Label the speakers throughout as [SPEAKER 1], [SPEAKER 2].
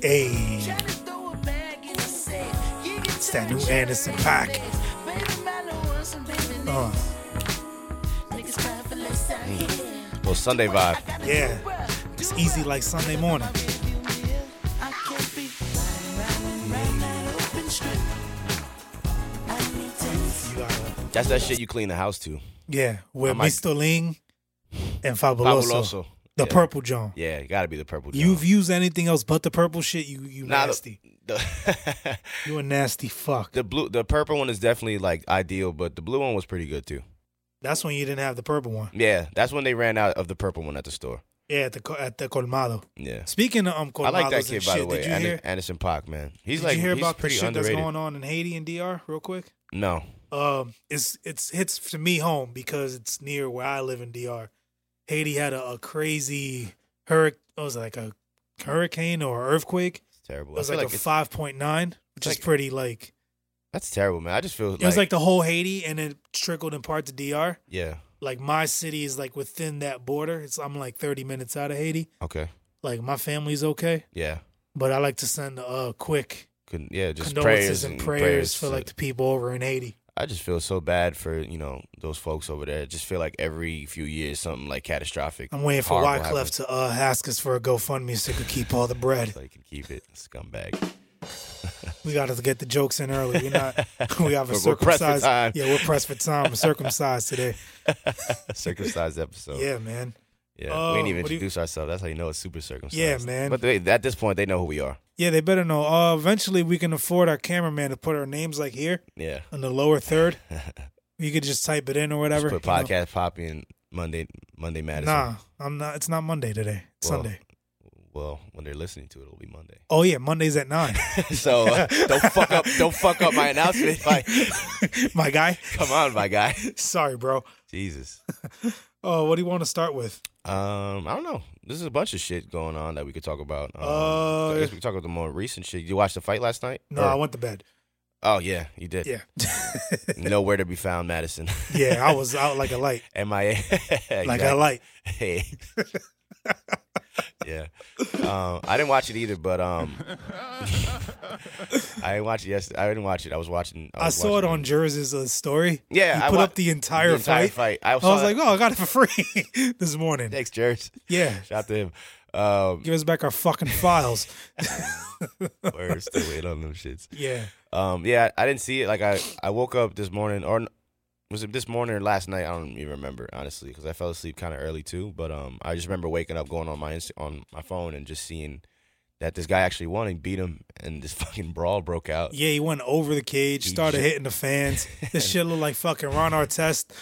[SPEAKER 1] Hey, it's that new Anderson Pac. Uh,
[SPEAKER 2] Well, Sunday vibe.
[SPEAKER 1] yeah, it's easy like Sunday morning. You gotta,
[SPEAKER 2] That's that shit you clean the house to.
[SPEAKER 1] yeah, with
[SPEAKER 2] I might-
[SPEAKER 1] Mr. Ling and Fabuloso,
[SPEAKER 2] Fabuloso.
[SPEAKER 1] the
[SPEAKER 2] Yeah.
[SPEAKER 1] purple John.
[SPEAKER 2] Yeah, it gotta be the purple. John.
[SPEAKER 1] You've used anything else but the purple shit, you you
[SPEAKER 2] Nah, the-
[SPEAKER 1] nasty.
[SPEAKER 2] the,
[SPEAKER 1] You a nasty fuck.
[SPEAKER 2] the blue, the purple one is definitely like ideal, but the blue one was pretty good too.
[SPEAKER 1] That's when you didn't have the purple one.
[SPEAKER 2] Yeah, that's when they ran out of the purple one at the store.
[SPEAKER 1] Yeah, at the co- at the colmado.
[SPEAKER 2] Yeah,
[SPEAKER 1] Speaking of um, colmados
[SPEAKER 2] I like that kid
[SPEAKER 1] and
[SPEAKER 2] by
[SPEAKER 1] shit,
[SPEAKER 2] the way,
[SPEAKER 1] did you
[SPEAKER 2] Ander-
[SPEAKER 1] hear?
[SPEAKER 2] Anderson Pac, man. He's
[SPEAKER 1] did
[SPEAKER 2] like
[SPEAKER 1] you hear
[SPEAKER 2] he's
[SPEAKER 1] about the
[SPEAKER 2] pretty
[SPEAKER 1] shit
[SPEAKER 2] underrated.
[SPEAKER 1] that's going on in Haiti and DR? Real quick.
[SPEAKER 2] No,
[SPEAKER 1] Um, it's it's hits to me home because it's near where I live in DR. Haiti had a, a crazy hurricane. Was it like a hurricane or earthquake?
[SPEAKER 2] it's terrible.
[SPEAKER 1] It was
[SPEAKER 2] I feel
[SPEAKER 1] like,
[SPEAKER 2] like
[SPEAKER 1] a
[SPEAKER 2] it's-
[SPEAKER 1] five point nine, which
[SPEAKER 2] like-
[SPEAKER 1] is pretty like
[SPEAKER 2] that's terrible, man. I just feel
[SPEAKER 1] it was like the whole Haiti, and it trickled in part to DR.
[SPEAKER 2] yeah,
[SPEAKER 1] Like my city is like within that border. It's I'm like thirty minutes out of Haiti.
[SPEAKER 2] okay,
[SPEAKER 1] Like my family's okay,
[SPEAKER 2] yeah,
[SPEAKER 1] but I like to send a quick
[SPEAKER 2] Couldn't, yeah, just
[SPEAKER 1] condolences
[SPEAKER 2] prayers
[SPEAKER 1] and, prayers, for
[SPEAKER 2] to-
[SPEAKER 1] like the people over in Haiti.
[SPEAKER 2] I just feel so bad for you know those folks over there. I just feel like every few years something like catastrophic.
[SPEAKER 1] I'm waiting for
[SPEAKER 2] horrible
[SPEAKER 1] Wyclef to uh, ask us for a GoFundMe so he could keep all the bread.
[SPEAKER 2] happens. So you can keep it, scumbag.
[SPEAKER 1] We got to get the jokes in early. We're not. We have a
[SPEAKER 2] We're- we're pressed for
[SPEAKER 1] circumcised.
[SPEAKER 2] time.
[SPEAKER 1] Yeah, we're pressed for time. We're circumcised today.
[SPEAKER 2] Circumcised episode.
[SPEAKER 1] Yeah, man.
[SPEAKER 2] Yeah,
[SPEAKER 1] Oh,
[SPEAKER 2] we didn't even
[SPEAKER 1] what do you-
[SPEAKER 2] introduce ourselves. That's how you know it's super circumcised.
[SPEAKER 1] Yeah, man.
[SPEAKER 2] But they, at this point, they know who we are.
[SPEAKER 1] Yeah, they better know. Uh, eventually, we can afford our cameraman to put our names like here
[SPEAKER 2] Yeah.
[SPEAKER 1] on the lower third. You could just type it in or whatever.
[SPEAKER 2] Just put
[SPEAKER 1] you know.
[SPEAKER 2] podcast poppy and Monday Monday Madison.
[SPEAKER 1] Nah, I'm not. It's not Monday today. It's
[SPEAKER 2] Well.
[SPEAKER 1] Sunday.
[SPEAKER 2] Well, when they're listening to it, it'll be Monday.
[SPEAKER 1] Oh yeah, Monday's at nine.
[SPEAKER 2] so uh, don't fuck up. Don't fuck up my announcement. Like,
[SPEAKER 1] My guy.
[SPEAKER 2] come on, my guy.
[SPEAKER 1] Sorry, bro.
[SPEAKER 2] Jesus.
[SPEAKER 1] Oh, what do you want to start with?
[SPEAKER 2] Um, I don't know. This is a bunch of shit going on that we could talk about. Um,
[SPEAKER 1] Uh,
[SPEAKER 2] I guess we could talk about the more recent shit. You watched the fight last night?
[SPEAKER 1] No,
[SPEAKER 2] Or-
[SPEAKER 1] I went to bed.
[SPEAKER 2] oh yeah, you did.
[SPEAKER 1] Yeah,
[SPEAKER 2] Nowhere to be found, Madison.
[SPEAKER 1] yeah. I was out like a light,
[SPEAKER 2] MIA.
[SPEAKER 1] like a light.
[SPEAKER 2] Hey. yeah. Um, I didn't watch it either, but um, I didn't watch it yesterday. I didn't watch it. I was watching.
[SPEAKER 1] I
[SPEAKER 2] was
[SPEAKER 1] saw it
[SPEAKER 2] watching-
[SPEAKER 1] on Jersey's uh, story.
[SPEAKER 2] Yeah,
[SPEAKER 1] he
[SPEAKER 2] I
[SPEAKER 1] put
[SPEAKER 2] wa-
[SPEAKER 1] up the entire,
[SPEAKER 2] the entire
[SPEAKER 1] fight.
[SPEAKER 2] fight. I,
[SPEAKER 1] I was
[SPEAKER 2] saw
[SPEAKER 1] like,
[SPEAKER 2] it.
[SPEAKER 1] oh, I got it for free this morning.
[SPEAKER 2] thanks, Jerz.
[SPEAKER 1] Yeah,
[SPEAKER 2] Shout out to him. Um,
[SPEAKER 1] give us back our fucking files.
[SPEAKER 2] we're still waiting on them shits.
[SPEAKER 1] Yeah,
[SPEAKER 2] Um, yeah, I didn't see it. Like I, I woke up this morning, or n- was it this morning or last night? I don't even remember honestly, because I fell asleep kind of early too. But um, I just remember waking up, going on my Insta- on my phone, and just seeing that this guy actually won and beat him, and this fucking brawl broke out.
[SPEAKER 1] yeah. He went over the cage, started
[SPEAKER 2] ju-
[SPEAKER 1] hitting the fans. This shit looked like fucking Ron Artest.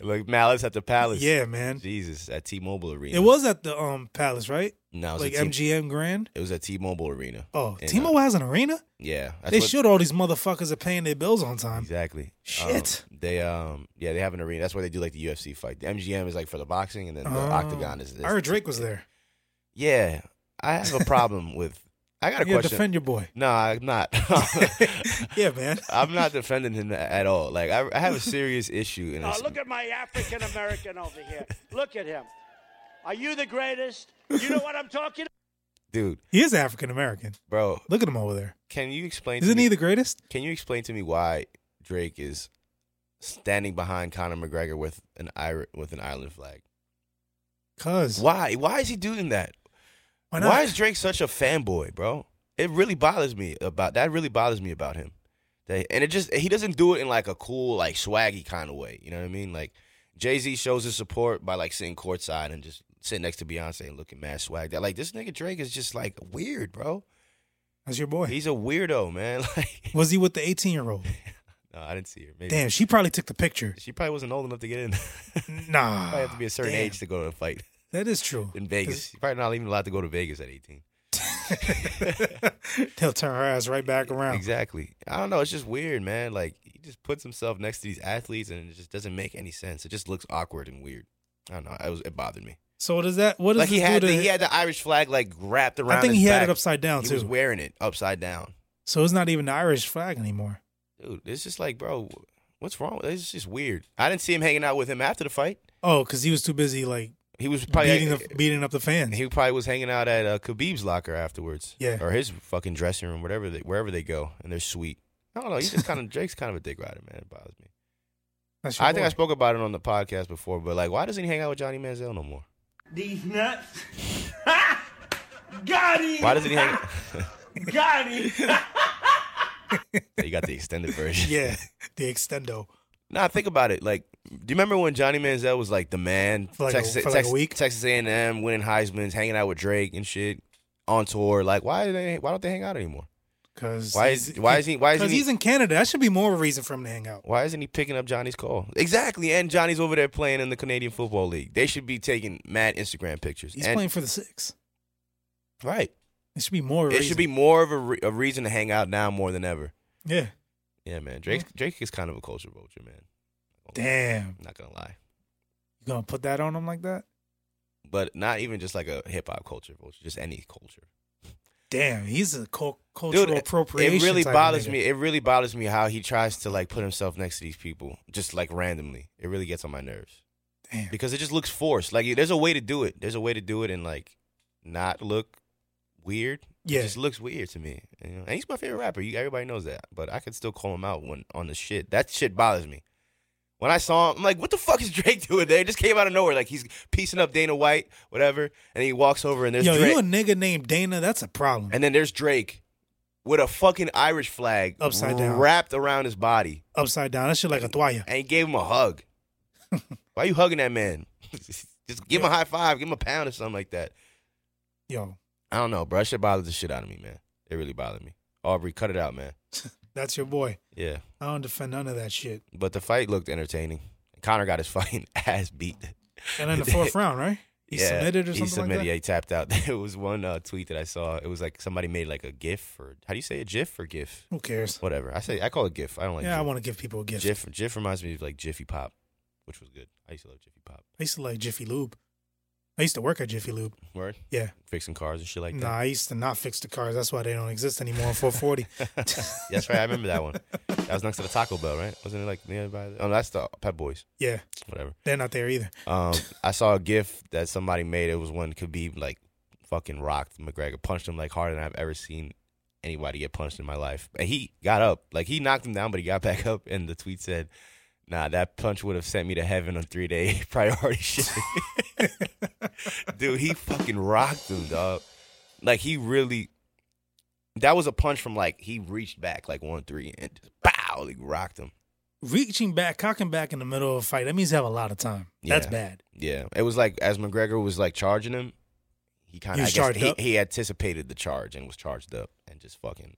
[SPEAKER 2] Like Malice at the Palace.
[SPEAKER 1] Yeah, man.
[SPEAKER 2] Jesus, at T-Mobile Arena.
[SPEAKER 1] It was at the um Palace, right?
[SPEAKER 2] no, it was
[SPEAKER 1] Like
[SPEAKER 2] at T-
[SPEAKER 1] MGM Grand.
[SPEAKER 2] It was at T-Mobile Arena.
[SPEAKER 1] Oh,
[SPEAKER 2] And,
[SPEAKER 1] Timo has an arena.
[SPEAKER 2] Yeah, that's
[SPEAKER 1] They
[SPEAKER 2] what-
[SPEAKER 1] should. All these motherfuckers are paying their bills on time.
[SPEAKER 2] Exactly.
[SPEAKER 1] Shit.
[SPEAKER 2] Um, they um yeah they have an arena. That's where they do like the UFC fight. The MGM is like for the boxing, and then the
[SPEAKER 1] Oh.
[SPEAKER 2] Octagon is. is
[SPEAKER 1] I heard Drake was there.
[SPEAKER 2] Yeah, I have a problem with. I got a
[SPEAKER 1] Yeah,
[SPEAKER 2] question.
[SPEAKER 1] defend your boy.
[SPEAKER 2] no, I'm not.
[SPEAKER 1] Yeah, man.
[SPEAKER 2] I'm not defending him at all. Like I, I have a serious issue in
[SPEAKER 3] Now
[SPEAKER 2] this.
[SPEAKER 3] look at my African American over here. Look at him. Are you the greatest? You know what I'm talking
[SPEAKER 2] Dude,
[SPEAKER 1] He is African American.
[SPEAKER 2] bro,
[SPEAKER 1] Look at him over there.
[SPEAKER 2] can you explain? to
[SPEAKER 1] Isn't
[SPEAKER 2] me,
[SPEAKER 1] he the greatest?
[SPEAKER 2] Can you explain to me why Drake is standing behind Conor McGregor with an ir- with an island flag?
[SPEAKER 1] Cause
[SPEAKER 2] Why? Why is he doing that?
[SPEAKER 1] why
[SPEAKER 2] Why
[SPEAKER 1] not?
[SPEAKER 2] is Drake such a fanboy, bro? It really bothers me about that. Really bothers me about him. That, and it just he doesn't do it in like a cool, like swaggy kind of way. You know what I mean? Like Jay Z shows his support by like sitting courtside and just sitting next to Beyonce and looking mad swag. That like this nigga Drake is just like weird, bro.
[SPEAKER 1] That's your boy.
[SPEAKER 2] He's a weirdo, man. Like
[SPEAKER 1] Was he with the 18 year old?
[SPEAKER 2] no, I didn't see her. Maybe
[SPEAKER 1] Damn, she probably took the picture.
[SPEAKER 2] she probably wasn't old enough to get in.
[SPEAKER 1] Nah.
[SPEAKER 2] probably have to be a certain
[SPEAKER 1] Damn,
[SPEAKER 2] age to go to a fight
[SPEAKER 1] That is true.
[SPEAKER 2] in Vegas. You're probably not even allowed to go to Vegas at eighteen.
[SPEAKER 1] They'll turn her ass right back around.
[SPEAKER 2] Exactly. I don't know. It's just weird, man. Like he just puts himself next to these athletes, and it just doesn't make any sense. It just looks awkward and weird. I don't know. It, was, it bothered me.
[SPEAKER 1] So does that? What does
[SPEAKER 2] like he
[SPEAKER 1] this
[SPEAKER 2] had,
[SPEAKER 1] do
[SPEAKER 2] the,
[SPEAKER 1] to?
[SPEAKER 2] he had the Irish flag like wrapped around.
[SPEAKER 1] I think
[SPEAKER 2] his
[SPEAKER 1] he had
[SPEAKER 2] back.
[SPEAKER 1] it upside down
[SPEAKER 2] He
[SPEAKER 1] too.
[SPEAKER 2] was wearing it upside down,
[SPEAKER 1] so it's not even the Irish flag anymore.
[SPEAKER 2] dude. It's just like, bro, what's wrong? with It's just weird. I didn't see him hanging out with him after the fight.
[SPEAKER 1] Oh, because he was too busy like
[SPEAKER 2] He was probably uh, eh,
[SPEAKER 1] beating the, beating up the fans.
[SPEAKER 2] he probably was hanging out at uh, Khabib's locker afterwards.
[SPEAKER 1] Yeah.
[SPEAKER 2] or his fucking dressing room, whatever they, wherever they go, and they're sweet. I don't know. He's just kind of Drake's kind of a dick rider, man. It bothers me.
[SPEAKER 1] That's your
[SPEAKER 2] I think I
[SPEAKER 1] boy.
[SPEAKER 2] spoke about it on the podcast before, but like, why doesn't he hang out with Johnny Manziel no more?
[SPEAKER 4] These nuts. Got him.
[SPEAKER 2] Why doesn't he hang?
[SPEAKER 4] Got him.
[SPEAKER 2] you got the extended version.
[SPEAKER 1] yeah, the extendo.
[SPEAKER 2] Nah, think about it. Like, do you remember when Johnny Manziel was like the man?
[SPEAKER 1] For like a- for like a
[SPEAKER 2] Texas,
[SPEAKER 1] week?
[SPEAKER 2] Texas A&M winning Heisman's, hanging out with Drake and shit on tour. Like, why do they? Why don't they hang out anymore?
[SPEAKER 1] Because
[SPEAKER 2] Why is- why is he- why isn't
[SPEAKER 1] Because
[SPEAKER 2] he-
[SPEAKER 1] he's in Canada. That should be more of a reason for him to hang out.
[SPEAKER 2] Why isn't he picking up Johnny's call? Exactly. And Johnny's over there playing in the Canadian Football League. They should be taking mad Instagram pictures.
[SPEAKER 1] He's
[SPEAKER 2] And-
[SPEAKER 1] playing for the six.
[SPEAKER 2] right.
[SPEAKER 1] It should be more. Of a
[SPEAKER 2] It should be
[SPEAKER 1] reason.
[SPEAKER 2] more of a, re- a reason to hang out now more than ever.
[SPEAKER 1] Yeah.
[SPEAKER 2] Yeah, man. Drake Drake is kind of a culture vulture, man.
[SPEAKER 1] Damn.
[SPEAKER 2] I'm not gonna lie.
[SPEAKER 1] You gonna put that on him like that?
[SPEAKER 2] But not even just like a hip hop culture vulture, just any culture.
[SPEAKER 1] Damn. He's a cul- cultural
[SPEAKER 2] Dude, it-
[SPEAKER 1] appropriation.
[SPEAKER 2] it really
[SPEAKER 1] type of
[SPEAKER 2] bothers
[SPEAKER 1] nigga.
[SPEAKER 2] me. It really bothers me how he tries to like put himself next to these people just like randomly. It really gets on my nerves.
[SPEAKER 1] Damn.
[SPEAKER 2] because it just looks forced. Like there's a way to do it. There's a way to do it and like not look weird.
[SPEAKER 1] Yeah.
[SPEAKER 2] it just looks weird to me. You know? And he's my favorite rapper. You, everybody knows that. But I could still call him out when on the shit. That shit bothers me. When I saw him, I'm like, what the fuck is Drake doing there? It just came out of nowhere. Like he's piecing up Dana White, whatever. And he walks over and there's
[SPEAKER 1] Yo,
[SPEAKER 2] Drake.
[SPEAKER 1] you a nigga named Dana? That's a problem.
[SPEAKER 2] and then there's Drake with a fucking Irish flag
[SPEAKER 1] Upside down.
[SPEAKER 2] wrapped around his body.
[SPEAKER 1] Upside down. That shit like a thwaya.
[SPEAKER 2] And he gave him a hug. Why you hugging that man? Just give him a high five, give him a pound or something like that.
[SPEAKER 1] Yo,
[SPEAKER 2] I don't know, bro. That shit bothers the shit out of me, man. It really bothered me. Aubrey, cut it out, man.
[SPEAKER 1] that's your boy.
[SPEAKER 2] Yeah.
[SPEAKER 1] I don't defend none of that shit.
[SPEAKER 2] But the fight looked entertaining. Connor got his fucking ass beat.
[SPEAKER 1] And in the fourth round, right? He
[SPEAKER 2] yeah,
[SPEAKER 1] submitted or something
[SPEAKER 2] He submitted.
[SPEAKER 1] like
[SPEAKER 2] yeah, he tapped out. There was one uh, tweet that I saw. It was like somebody made like a GIF or how do you say it? GIF or GIF?
[SPEAKER 1] that. Who cares?
[SPEAKER 2] Whatever. I say I call it GIF. I don't like.
[SPEAKER 1] yeah, I
[SPEAKER 2] GIF.
[SPEAKER 1] want to give people a gift.
[SPEAKER 2] GIF. GIF reminds me of like Jiffy Pop, which was good. I used to love Jiffy Pop.
[SPEAKER 1] I used to like Jiffy Lube. I used to work at Jiffy Lube.
[SPEAKER 2] Word.
[SPEAKER 1] Yeah.
[SPEAKER 2] Fixing cars and shit like
[SPEAKER 1] nah, I used to not fix the cars. That's why they don't exist anymore in 440.
[SPEAKER 2] that. that's right. I remember that one. That was next to the Taco Bell, right? Wasn't it like nearby? Oh, that's the Pet Boys.
[SPEAKER 1] yeah,
[SPEAKER 2] Whatever.
[SPEAKER 1] they're not there either.
[SPEAKER 2] Um, I saw a gif that somebody made. It was when Khabib like fucking rocked McGregor, punched him like harder than I've ever seen anybody get punched in my life. And he got up, like he knocked him down, but he got back up. And the tweet said, "Nah, that punch would have sent me to heaven on three day priority shit." Dude, he fucking rocked him, dog. Like he really. That was a punch from like he reached back like one three and just pow, like rocked him.
[SPEAKER 1] Reaching back, cocking back in the middle of a fight, that means you have a lot of time. That's
[SPEAKER 2] Yeah.
[SPEAKER 1] bad.
[SPEAKER 2] Yeah, it was like as McGregor was like charging him, he kind
[SPEAKER 1] He
[SPEAKER 2] of
[SPEAKER 1] was
[SPEAKER 2] he,
[SPEAKER 1] charged
[SPEAKER 2] he,
[SPEAKER 1] up?
[SPEAKER 2] he anticipated the charge and was charged up and just fucking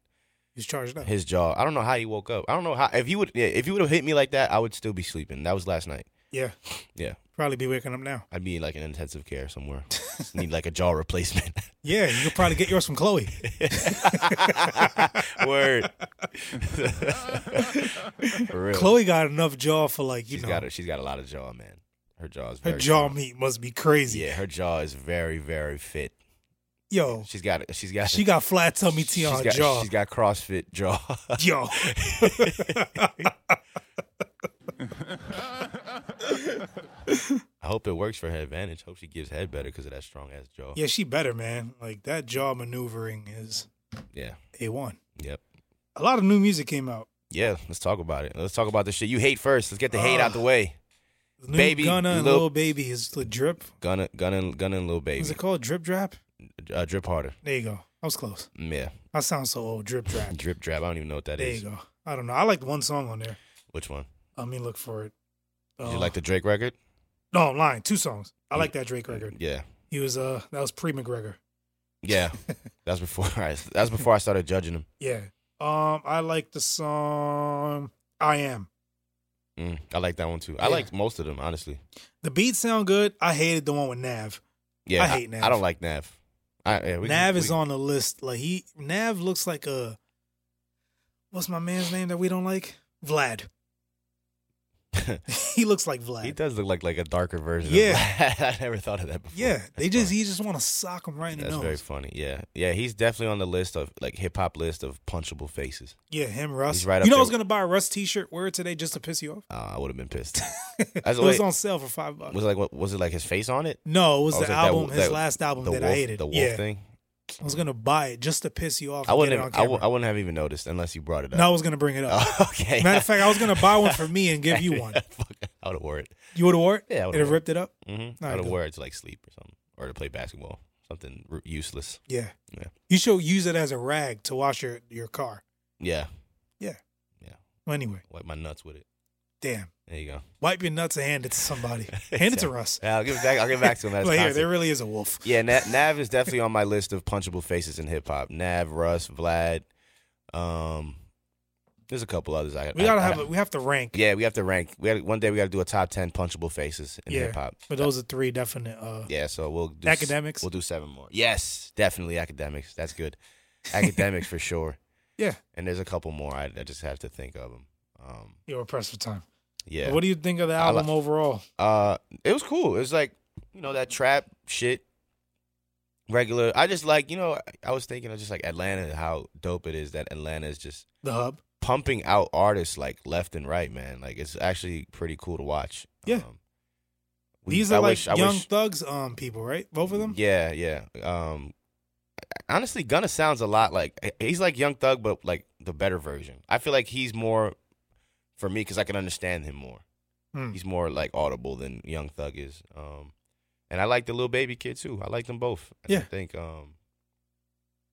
[SPEAKER 1] He's charged up.
[SPEAKER 2] his jaw. I don't know how he woke up. I don't know how if you would yeah, if you would have hit me like that, I would still be sleeping. That was last night.
[SPEAKER 1] yeah,
[SPEAKER 2] Yeah,
[SPEAKER 1] probably be waking up now.
[SPEAKER 2] I'd be in, like in intensive care somewhere. Just Need like a jaw replacement.
[SPEAKER 1] Yeah, you could probably get yours from Chloe.
[SPEAKER 2] Word. for real.
[SPEAKER 1] Chloe got enough jaw for like you
[SPEAKER 2] she's
[SPEAKER 1] know
[SPEAKER 2] got a, she's got a lot of jaw, man. Her jaw is
[SPEAKER 1] her
[SPEAKER 2] very
[SPEAKER 1] jaw
[SPEAKER 2] strong.
[SPEAKER 1] meat must be crazy.
[SPEAKER 2] Yeah, her jaw is very very fit.
[SPEAKER 1] Yo,
[SPEAKER 2] She's got she's got
[SPEAKER 1] she got flat tummy tea on her
[SPEAKER 2] she's got,
[SPEAKER 1] jaw.
[SPEAKER 2] She's got CrossFit jaw.
[SPEAKER 1] Yo,
[SPEAKER 2] I hope it works for her advantage. Hope she gives head better because of that strong ass jaw.
[SPEAKER 1] yeah, she better man. Like that jaw maneuvering is
[SPEAKER 2] Yeah.
[SPEAKER 1] a one.
[SPEAKER 2] Yep.
[SPEAKER 1] A lot of new music came out.
[SPEAKER 2] Yeah. Let's talk about it. Let's talk about the shit you hate first. Let's get the hate out the way.
[SPEAKER 1] New
[SPEAKER 2] Baby,
[SPEAKER 1] Gunna and
[SPEAKER 2] Lil-
[SPEAKER 1] Lil Baby is the drip.
[SPEAKER 2] Gunna, Gunna, Gunna, and Lil
[SPEAKER 1] Is
[SPEAKER 2] Baby.
[SPEAKER 1] it called drip drap?
[SPEAKER 2] Uh, drip harder.
[SPEAKER 1] There you go. I was close.
[SPEAKER 2] Mm, Yeah.
[SPEAKER 1] I sound so old. Drip drap.
[SPEAKER 2] Drip drab. I don't even know what that is.
[SPEAKER 1] There you go. I don't know. I liked one song on there.
[SPEAKER 2] Which one?
[SPEAKER 1] Let me look for it.
[SPEAKER 2] Did
[SPEAKER 1] Uh,
[SPEAKER 2] you like the Drake record?
[SPEAKER 1] No, I'm lying. Two songs. I like that Drake record.
[SPEAKER 2] Yeah.
[SPEAKER 1] He was uh that was pre McGregor.
[SPEAKER 2] Yeah. That's before I. That's before I started judging him.
[SPEAKER 1] Yeah. Um, I like the song I Am.
[SPEAKER 2] Mm, I like that one too. I
[SPEAKER 1] Yeah.
[SPEAKER 2] like most of them, honestly.
[SPEAKER 1] The beats sound good. I hated the one with Nav.
[SPEAKER 2] Yeah.
[SPEAKER 1] I hate Nav.
[SPEAKER 2] I don't like Nav. I, yeah, we,
[SPEAKER 1] Nav
[SPEAKER 2] we-
[SPEAKER 1] is on the list. Like he Nav looks like a what's my man's name that we don't like? Vlad. he looks like Vlad.
[SPEAKER 2] He does look like like a darker version.
[SPEAKER 1] Yeah.
[SPEAKER 2] of I never thought of that before.
[SPEAKER 1] yeah,
[SPEAKER 2] That's
[SPEAKER 1] they just
[SPEAKER 2] funny.
[SPEAKER 1] he just want to sock him right in the
[SPEAKER 2] That's
[SPEAKER 1] nose.
[SPEAKER 2] very funny. Yeah, yeah. He's definitely on the list of like hip hop list of punchable faces.
[SPEAKER 1] yeah, him Russ.
[SPEAKER 2] He's right up
[SPEAKER 1] you know I
[SPEAKER 2] there.
[SPEAKER 1] was gonna buy a Russ T-shirt wear it today just to piss you off.
[SPEAKER 2] Uh, I would have been pissed.
[SPEAKER 1] it
[SPEAKER 2] That's
[SPEAKER 1] was
[SPEAKER 2] wait,
[SPEAKER 1] on sale for five bucks.
[SPEAKER 2] was it like what was it like his face on it?
[SPEAKER 1] no, it was
[SPEAKER 2] Oh,
[SPEAKER 1] the
[SPEAKER 2] was it that
[SPEAKER 1] album,
[SPEAKER 2] wo-
[SPEAKER 1] his
[SPEAKER 2] that-
[SPEAKER 1] last album
[SPEAKER 2] The
[SPEAKER 1] that
[SPEAKER 2] wolf,
[SPEAKER 1] I hated.
[SPEAKER 2] the wolf
[SPEAKER 1] yeah,
[SPEAKER 2] thing.
[SPEAKER 1] I was gonna buy it just to piss you off.
[SPEAKER 2] I
[SPEAKER 1] and get
[SPEAKER 2] wouldn't.
[SPEAKER 1] it on
[SPEAKER 2] Have, I, w-
[SPEAKER 1] camera.
[SPEAKER 2] I wouldn't have even noticed unless you brought it up.
[SPEAKER 1] no, I was gonna bring it up.
[SPEAKER 2] okay.
[SPEAKER 1] Matter of fact, I was gonna buy one for me and give you one.
[SPEAKER 2] Fuck, I would have wore it.
[SPEAKER 1] You would have wore it.
[SPEAKER 2] Yeah, I
[SPEAKER 1] it
[SPEAKER 2] would've
[SPEAKER 1] would have
[SPEAKER 2] wore it.
[SPEAKER 1] ripped it up.
[SPEAKER 2] Mm-hmm.
[SPEAKER 1] All
[SPEAKER 2] I
[SPEAKER 1] right,
[SPEAKER 2] would have
[SPEAKER 1] cool.
[SPEAKER 2] wore it to like sleep or something, or to play basketball, something r- useless.
[SPEAKER 1] Yeah.
[SPEAKER 2] Yeah.
[SPEAKER 1] You should use it as a rag to wash your your car.
[SPEAKER 2] Yeah,
[SPEAKER 1] Well, anyway,
[SPEAKER 2] wipe my nuts with it.
[SPEAKER 1] damn.
[SPEAKER 2] There you go.
[SPEAKER 1] Wipe your nuts and hand it to somebody. hand it to Russ.
[SPEAKER 2] Yeah, I'll give it back. I'll give it back to him. As
[SPEAKER 1] Like here,
[SPEAKER 2] concept.
[SPEAKER 1] there really is a wolf.
[SPEAKER 2] Yeah, Nav, Nav is definitely on my list of punchable faces in hip hop. Nav, Russ, Vlad. Um, there's a couple others. I
[SPEAKER 1] We
[SPEAKER 2] I-
[SPEAKER 1] gotta
[SPEAKER 2] I-
[SPEAKER 1] have a, we have to rank.
[SPEAKER 2] yeah, we have to rank. We got one day. We got to do a top ten punchable faces in
[SPEAKER 1] Yeah.
[SPEAKER 2] hip hop.
[SPEAKER 1] But those are three definite. Uh,
[SPEAKER 2] Yeah, so we'll do
[SPEAKER 1] Academics?
[SPEAKER 2] We'll do seven more. Yes, definitely academics. That's good. Academics for sure.
[SPEAKER 1] Yeah.
[SPEAKER 2] and there's a couple more. I, I just have to think of them. Um,
[SPEAKER 1] You're pressed for time.
[SPEAKER 2] yeah,
[SPEAKER 1] What do you think of the
[SPEAKER 2] I
[SPEAKER 1] album
[SPEAKER 2] like-
[SPEAKER 1] overall?
[SPEAKER 2] uh it was cool it was like you know that trap shit regular i just like you know I, I was thinking of just like atlanta how dope it is that atlanta is just
[SPEAKER 1] The hub.
[SPEAKER 2] pumping out artists like left and right man like it's actually pretty cool to watch
[SPEAKER 1] Yeah.
[SPEAKER 2] um, we-
[SPEAKER 1] These are
[SPEAKER 2] I
[SPEAKER 1] like
[SPEAKER 2] wish- I
[SPEAKER 1] young
[SPEAKER 2] wish-
[SPEAKER 1] thugs, um, people, right? Both of them.
[SPEAKER 2] yeah yeah um honestly gunna sounds a lot like he's like young thug but like the better version i feel like he's more for me because i can understand him more
[SPEAKER 1] Hmm.
[SPEAKER 2] he's more like audible than Young Thug is. Um, and I like the little baby kid too. I like them both. And I
[SPEAKER 1] Yeah.
[SPEAKER 2] think um,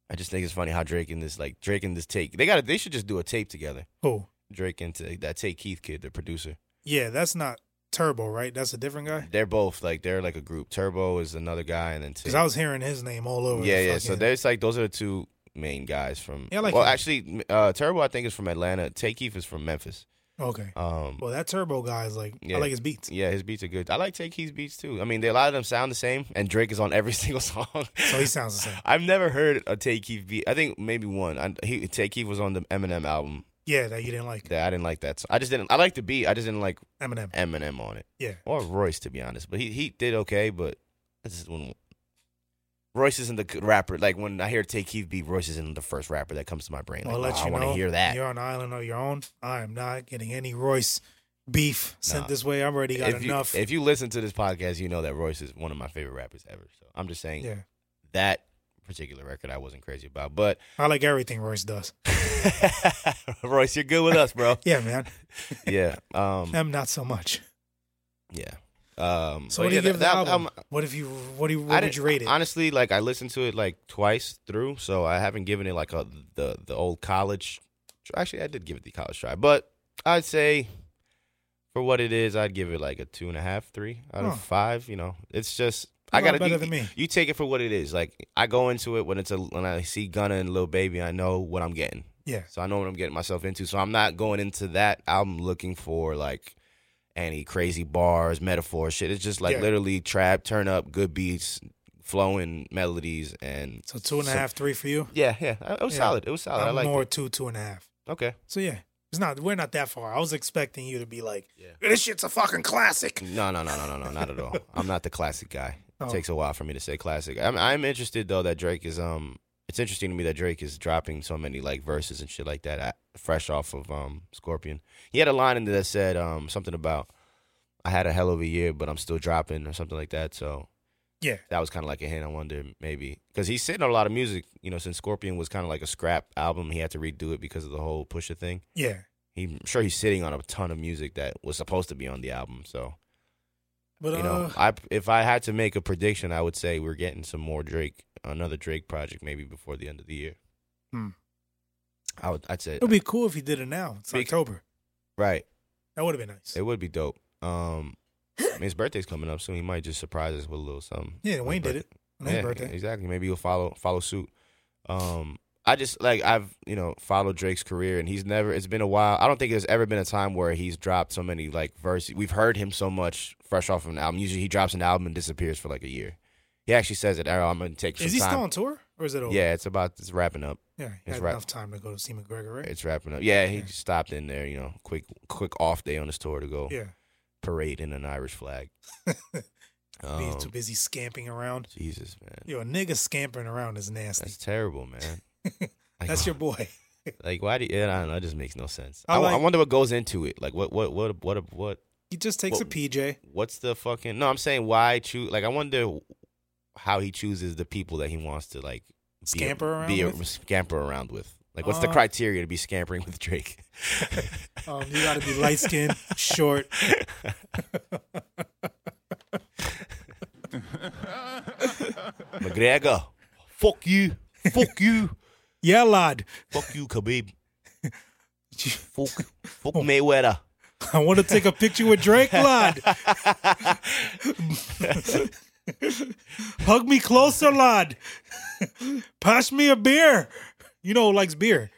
[SPEAKER 2] I just think it's funny how Drake and this like Drake and this take they got to they should just do a tape together.
[SPEAKER 1] Oh,
[SPEAKER 2] Drake and Ta- that Take Keith kid, the producer.
[SPEAKER 1] yeah. That's not Turbo, right? That's a different guy.
[SPEAKER 2] They're both like they're like a group. Turbo is another guy, and then Take.
[SPEAKER 1] Because I was hearing his name all over. the
[SPEAKER 2] yeah, yeah. So
[SPEAKER 1] fucking-
[SPEAKER 2] there's like those are the two main guys from.
[SPEAKER 1] Yeah, I like
[SPEAKER 2] well,
[SPEAKER 1] him.
[SPEAKER 2] actually, uh, Turbo I think is from Atlanta. Take Keith is from Memphis.
[SPEAKER 1] okay.
[SPEAKER 2] Um,
[SPEAKER 1] Well, that Turbo guy is like
[SPEAKER 2] Yeah.
[SPEAKER 1] I like his beats.
[SPEAKER 2] Yeah, his beats are good. I like Take Keith's beats too. I mean, they, a lot of them sound the same, and Drake is on every single song.
[SPEAKER 1] So he sounds the same.
[SPEAKER 2] I've never heard a Take Keith beat. I think maybe one. I, he, Take Keith was on the Eminem album
[SPEAKER 1] Yeah, that you didn't like
[SPEAKER 2] that I didn't like that. Song. I just didn't. I liked the beat. I just didn't like
[SPEAKER 1] Eminem.
[SPEAKER 2] Eminem on it
[SPEAKER 1] Yeah.
[SPEAKER 2] or Royce to be honest. But he he did okay. But this is when Royce isn't the good rapper. Like when I hear Take Keith beat, Royce isn't the first rapper that comes to my brain. Like,
[SPEAKER 1] I'll let
[SPEAKER 2] "Oh,
[SPEAKER 1] you
[SPEAKER 2] I want
[SPEAKER 1] know.
[SPEAKER 2] to hear that.
[SPEAKER 1] You're on an island of your own. I am not getting any Royce beef sent
[SPEAKER 2] Nah.
[SPEAKER 1] this way. I already got
[SPEAKER 2] If you,
[SPEAKER 1] enough.
[SPEAKER 2] if you listen to this podcast, you know that Royce is one of my favorite rappers ever. So I'm just saying.
[SPEAKER 1] yeah.
[SPEAKER 2] that particular record I wasn't crazy about. But
[SPEAKER 1] I like everything Royce does.
[SPEAKER 2] Royce, you're good with us, bro.
[SPEAKER 1] Yeah, man.
[SPEAKER 2] yeah. Um
[SPEAKER 1] Em not so much.
[SPEAKER 2] yeah. Um
[SPEAKER 1] So what do
[SPEAKER 2] but yeah,
[SPEAKER 1] you give the
[SPEAKER 2] that-
[SPEAKER 1] album?
[SPEAKER 2] um,
[SPEAKER 1] what if you what do you
[SPEAKER 2] I
[SPEAKER 1] what would
[SPEAKER 2] didn't-
[SPEAKER 1] you rate it?
[SPEAKER 2] Honestly, like I listened to it like twice through, so I haven't given it like a the the old college actually I did give it the college try, but I'd say for what it is, I'd give it like a two and a half, three out
[SPEAKER 1] Huh.
[SPEAKER 2] of five. You know, it's just
[SPEAKER 1] A
[SPEAKER 2] I
[SPEAKER 1] lot
[SPEAKER 2] gotta
[SPEAKER 1] better
[SPEAKER 2] you,
[SPEAKER 1] than me.
[SPEAKER 2] You take it for what it is. Like I go into it when it's a when I see Gunna and Lil Baby, I know what I'm getting.
[SPEAKER 1] yeah.
[SPEAKER 2] So I know what I'm getting myself into. So I'm not going into that album looking for like any crazy bars, metaphors, shit. It's just like
[SPEAKER 1] Yeah.
[SPEAKER 2] literally trap, turn up, good beats, flowing melodies, and
[SPEAKER 1] So two and a
[SPEAKER 2] So-
[SPEAKER 1] half, three for you.
[SPEAKER 2] yeah, yeah. It was
[SPEAKER 1] Yeah.
[SPEAKER 2] solid. It was solid. i
[SPEAKER 1] I'm
[SPEAKER 2] like
[SPEAKER 1] more
[SPEAKER 2] it.
[SPEAKER 1] two, two and a half.
[SPEAKER 2] Okay.
[SPEAKER 1] So yeah. It's not we're not that far. I was expecting you to be like,
[SPEAKER 2] Yeah.
[SPEAKER 1] This shit's a fucking classic.
[SPEAKER 2] No, no, no, no, no, no, not at all. I'm not the classic guy.
[SPEAKER 1] Oh.
[SPEAKER 2] It takes a while for me to say classic. I'm, I'm interested though that Drake is um. It's interesting to me that Drake is dropping so many like verses and shit like that, uh, fresh off of um Scorpion. He had a line in there that said um something about I had a hell of a year, but I'm still dropping or something like that. So
[SPEAKER 1] Yeah.
[SPEAKER 2] that was kind of like a hint. I wonder maybe because he's sitting on a lot of music. You know, since Scorpion was kind of like a scrap album, he had to redo it because of the whole Pusha thing.
[SPEAKER 1] Yeah.
[SPEAKER 2] He, I'm sure he's sitting on a ton of music that was supposed to be on the album. So
[SPEAKER 1] But
[SPEAKER 2] you know,
[SPEAKER 1] uh
[SPEAKER 2] I if I had to make a prediction, I would say we're getting some more Drake, another Drake project, maybe before the end of the year.
[SPEAKER 1] Hmm.
[SPEAKER 2] I would, I'd say
[SPEAKER 1] it would be cool if you did it now. It's
[SPEAKER 2] Big-
[SPEAKER 1] October.
[SPEAKER 2] right.
[SPEAKER 1] That would have been nice.
[SPEAKER 2] It would be dope. Um, I mean, his birthday's coming up soon. He might just surprise us with a little something.
[SPEAKER 1] yeah,
[SPEAKER 2] His
[SPEAKER 1] Wayne did
[SPEAKER 2] birthday-
[SPEAKER 1] it on his
[SPEAKER 2] yeah,
[SPEAKER 1] birthday.
[SPEAKER 2] Exactly. Maybe you'll follow follow suit. Um, I just like I've you know followed Drake's career, and he's never. It's been a while. I don't think there's ever been a time where he's dropped so many like verses. We've heard him so much fresh off of an album. Usually, he drops an album and disappears for like a year. He actually says it. "Oh, I'm gonna take some
[SPEAKER 1] Is he
[SPEAKER 2] time.
[SPEAKER 1] still on tour? or is it over?
[SPEAKER 2] Yeah, it's about it's wrapping up.
[SPEAKER 1] yeah. he
[SPEAKER 2] it's
[SPEAKER 1] Had
[SPEAKER 2] right.
[SPEAKER 1] enough time to go to see McGregor, right?
[SPEAKER 2] It's wrapping up. Yeah, he just stopped in there. You know, quick quick off day on his tour to go
[SPEAKER 1] Yeah,
[SPEAKER 2] parade in an Irish flag.
[SPEAKER 1] he's
[SPEAKER 2] Um,
[SPEAKER 1] too busy scamping around.
[SPEAKER 2] Jesus, man,
[SPEAKER 1] Yo, a nigga scampering around is nasty.
[SPEAKER 2] that's terrible, man. Like,
[SPEAKER 1] That's your boy.
[SPEAKER 2] like why do you, I don't know? It just makes no sense.
[SPEAKER 1] I
[SPEAKER 2] I, wa- I
[SPEAKER 1] like-
[SPEAKER 2] wonder what goes into it. Like what what what what what
[SPEAKER 1] He just takes a
[SPEAKER 2] Well-
[SPEAKER 1] PJ.
[SPEAKER 2] what's the fucking no? I'm saying why choose? Like I wonder how he chooses the people that he wants to like be-
[SPEAKER 1] Scamper around
[SPEAKER 2] be
[SPEAKER 1] with?
[SPEAKER 2] scamper around with. Like what's the
[SPEAKER 1] Uh,
[SPEAKER 2] criteria to be scampering with Drake?
[SPEAKER 1] Um, you got to be light skinned, short.
[SPEAKER 2] McGregor, fuck you, fuck you,
[SPEAKER 1] Yeah, lad.
[SPEAKER 2] fuck you, Khabib, fuck fuck Mayweather.
[SPEAKER 1] I want to take a picture with Drake, lad. Hug me closer, lad. Pass me a beer. You know who likes beer?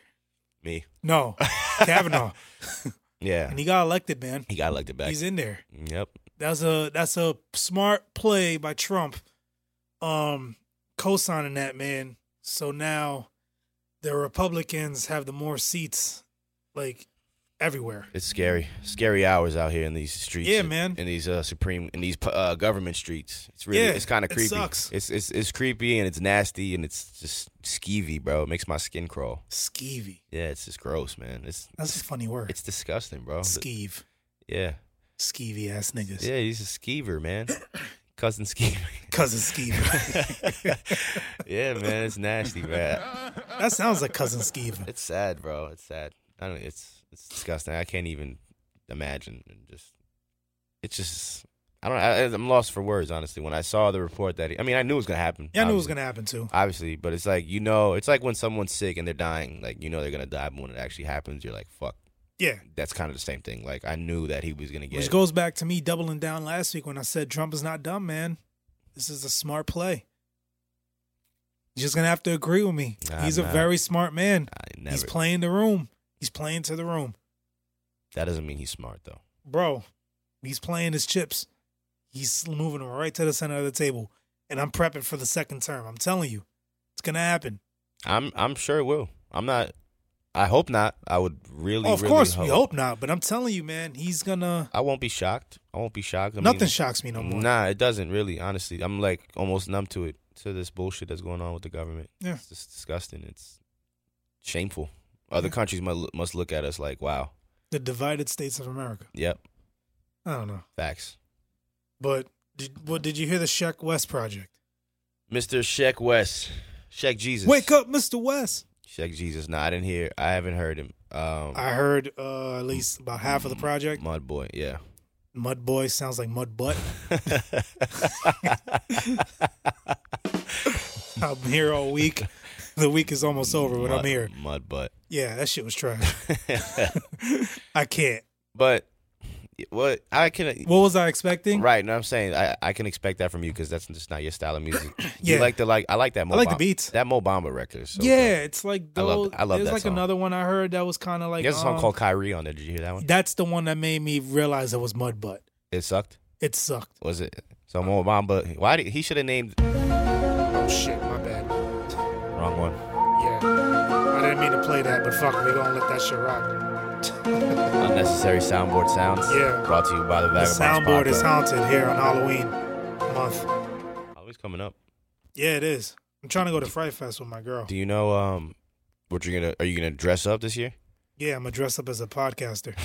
[SPEAKER 2] Me,
[SPEAKER 1] No, Kavanaugh.
[SPEAKER 2] yeah,
[SPEAKER 1] And he got elected, man.
[SPEAKER 2] he got elected back.
[SPEAKER 1] He's in there.
[SPEAKER 2] Yep,
[SPEAKER 1] That's a that's a smart play by Trump, um, co-signing that man. So now, the Republicans have the more seats, like everywhere.
[SPEAKER 2] it's scary, scary hours out here in these streets.
[SPEAKER 1] Yeah,
[SPEAKER 2] and-
[SPEAKER 1] man.
[SPEAKER 2] In these uh, supreme, in these uh, government streets, it's really,
[SPEAKER 1] Yeah,
[SPEAKER 2] it's kind of
[SPEAKER 1] it
[SPEAKER 2] creepy.
[SPEAKER 1] sucks.
[SPEAKER 2] It's it's it's creepy and it's nasty and it's just skeevy, bro. It makes my skin crawl.
[SPEAKER 1] Skeevy.
[SPEAKER 2] Yeah, it's just gross, man. It's
[SPEAKER 1] That's a funny word.
[SPEAKER 2] it's disgusting, bro.
[SPEAKER 1] Skeeve.
[SPEAKER 2] yeah,
[SPEAKER 1] Skeevy ass niggas.
[SPEAKER 2] yeah, he's a skeever, man. Cousin skeever.
[SPEAKER 1] Cousin Skeeve.
[SPEAKER 2] yeah, man, it's nasty, man.
[SPEAKER 1] that sounds like cousin Skeeve.
[SPEAKER 2] It's sad, bro. It's sad. I don't. It's it's disgusting. I can't even imagine. And just, it's just. I don't. I, I'm lost for words, honestly. When I saw the report that he, I mean, I knew it was gonna happen.
[SPEAKER 1] Yeah, I knew it was
[SPEAKER 2] obviously.
[SPEAKER 1] gonna happen too.
[SPEAKER 2] Obviously, but it's like you know, it's like when someone's sick and they're dying. Like you know they're gonna die, but when it actually happens, you're like, fuck.
[SPEAKER 1] Yeah.
[SPEAKER 2] That's kind of the same thing. Like I knew that he was gonna get.
[SPEAKER 1] Which
[SPEAKER 2] it.
[SPEAKER 1] goes back to me doubling down last week when I said Trump is not dumb, man. This is a smart play. You're just gonna have to agree with me.
[SPEAKER 2] Nah,
[SPEAKER 1] He's
[SPEAKER 2] nah.
[SPEAKER 1] a very smart man.
[SPEAKER 2] I never.
[SPEAKER 1] He's playing the room. He's playing to the room,
[SPEAKER 2] that doesn't mean he's smart though.
[SPEAKER 1] bro. He's playing his chips. He's moving them right to the center of the table, and I'm prepping for the second term. I'm telling you, it's gonna happen.
[SPEAKER 2] I'm I'm sure it will. I'm not. I hope not. I would really.
[SPEAKER 1] Oh, of
[SPEAKER 2] really
[SPEAKER 1] course, we hope not, but I'm telling you, man, he's gonna.
[SPEAKER 2] I won't be shocked. I won't be shocked. I mean,
[SPEAKER 1] Nothing shocks me no more.
[SPEAKER 2] Nah, it doesn't really. Honestly, I'm like almost numb to it to this bullshit that's going on with the government.
[SPEAKER 1] Yeah.
[SPEAKER 2] it's just disgusting. It's shameful. Other countries must must look at us like, wow,
[SPEAKER 1] The divided states of America.
[SPEAKER 2] yep,
[SPEAKER 1] I don't know,
[SPEAKER 2] facts.
[SPEAKER 1] but did, what did you hear the Sheck West project?
[SPEAKER 2] Mister Sheck West, Sheck Jesus,
[SPEAKER 1] Wake up, Mr. West.
[SPEAKER 2] Sheck Jesus. Nah, I didn't hear. I haven't heard him. Um,
[SPEAKER 1] I heard uh, at least about half of the project.
[SPEAKER 2] Mud Boy, yeah.
[SPEAKER 1] Mud Boy sounds like Mud Butt. I'm here all week. The week is almost over, but I'm
[SPEAKER 2] Mud-
[SPEAKER 1] here.
[SPEAKER 2] Mud butt.
[SPEAKER 1] Yeah, that shit was trash. I can't.
[SPEAKER 2] But what I can
[SPEAKER 1] What was I expecting?
[SPEAKER 2] Right, no, I'm saying I, I can expect that from you because that's just not your style of music. You
[SPEAKER 1] Yeah.
[SPEAKER 2] like the like I like that. Mo
[SPEAKER 1] I like the
[SPEAKER 2] Bam-
[SPEAKER 1] beats.
[SPEAKER 2] That Mo Bamba record. is So
[SPEAKER 1] yeah, it's like
[SPEAKER 2] I love-
[SPEAKER 1] those.
[SPEAKER 2] I love
[SPEAKER 1] there's
[SPEAKER 2] that
[SPEAKER 1] like
[SPEAKER 2] song.
[SPEAKER 1] another one I heard that was kind of
[SPEAKER 2] good.
[SPEAKER 1] like.
[SPEAKER 2] there's a song
[SPEAKER 1] um,
[SPEAKER 2] called Kyrie on there. Did you hear that one?
[SPEAKER 1] That's the one that made me realize it was Mud Butt.
[SPEAKER 2] It sucked.
[SPEAKER 1] It sucked.
[SPEAKER 2] Was it? So
[SPEAKER 1] Uh,
[SPEAKER 2] Mo Bamba. Why did he should have named
[SPEAKER 1] Oh shit, my bad.
[SPEAKER 2] wrong one?
[SPEAKER 1] Yeah, I didn't mean to play that, but fuck, we gonna let that shit rock.
[SPEAKER 2] Unnecessary soundboard sounds.
[SPEAKER 1] Yeah.
[SPEAKER 2] Brought to you by the
[SPEAKER 1] The
[SPEAKER 2] Vagabonds.
[SPEAKER 1] soundboard is
[SPEAKER 2] Podcast.
[SPEAKER 1] haunted here on Halloween month.
[SPEAKER 2] always coming up.
[SPEAKER 1] Yeah, it is. I'm trying to go to Fright Fest with my girl.
[SPEAKER 2] Do you know um what you're gonna? Are you gonna dress up this year?
[SPEAKER 1] Yeah, I'm gonna dress up as a podcaster.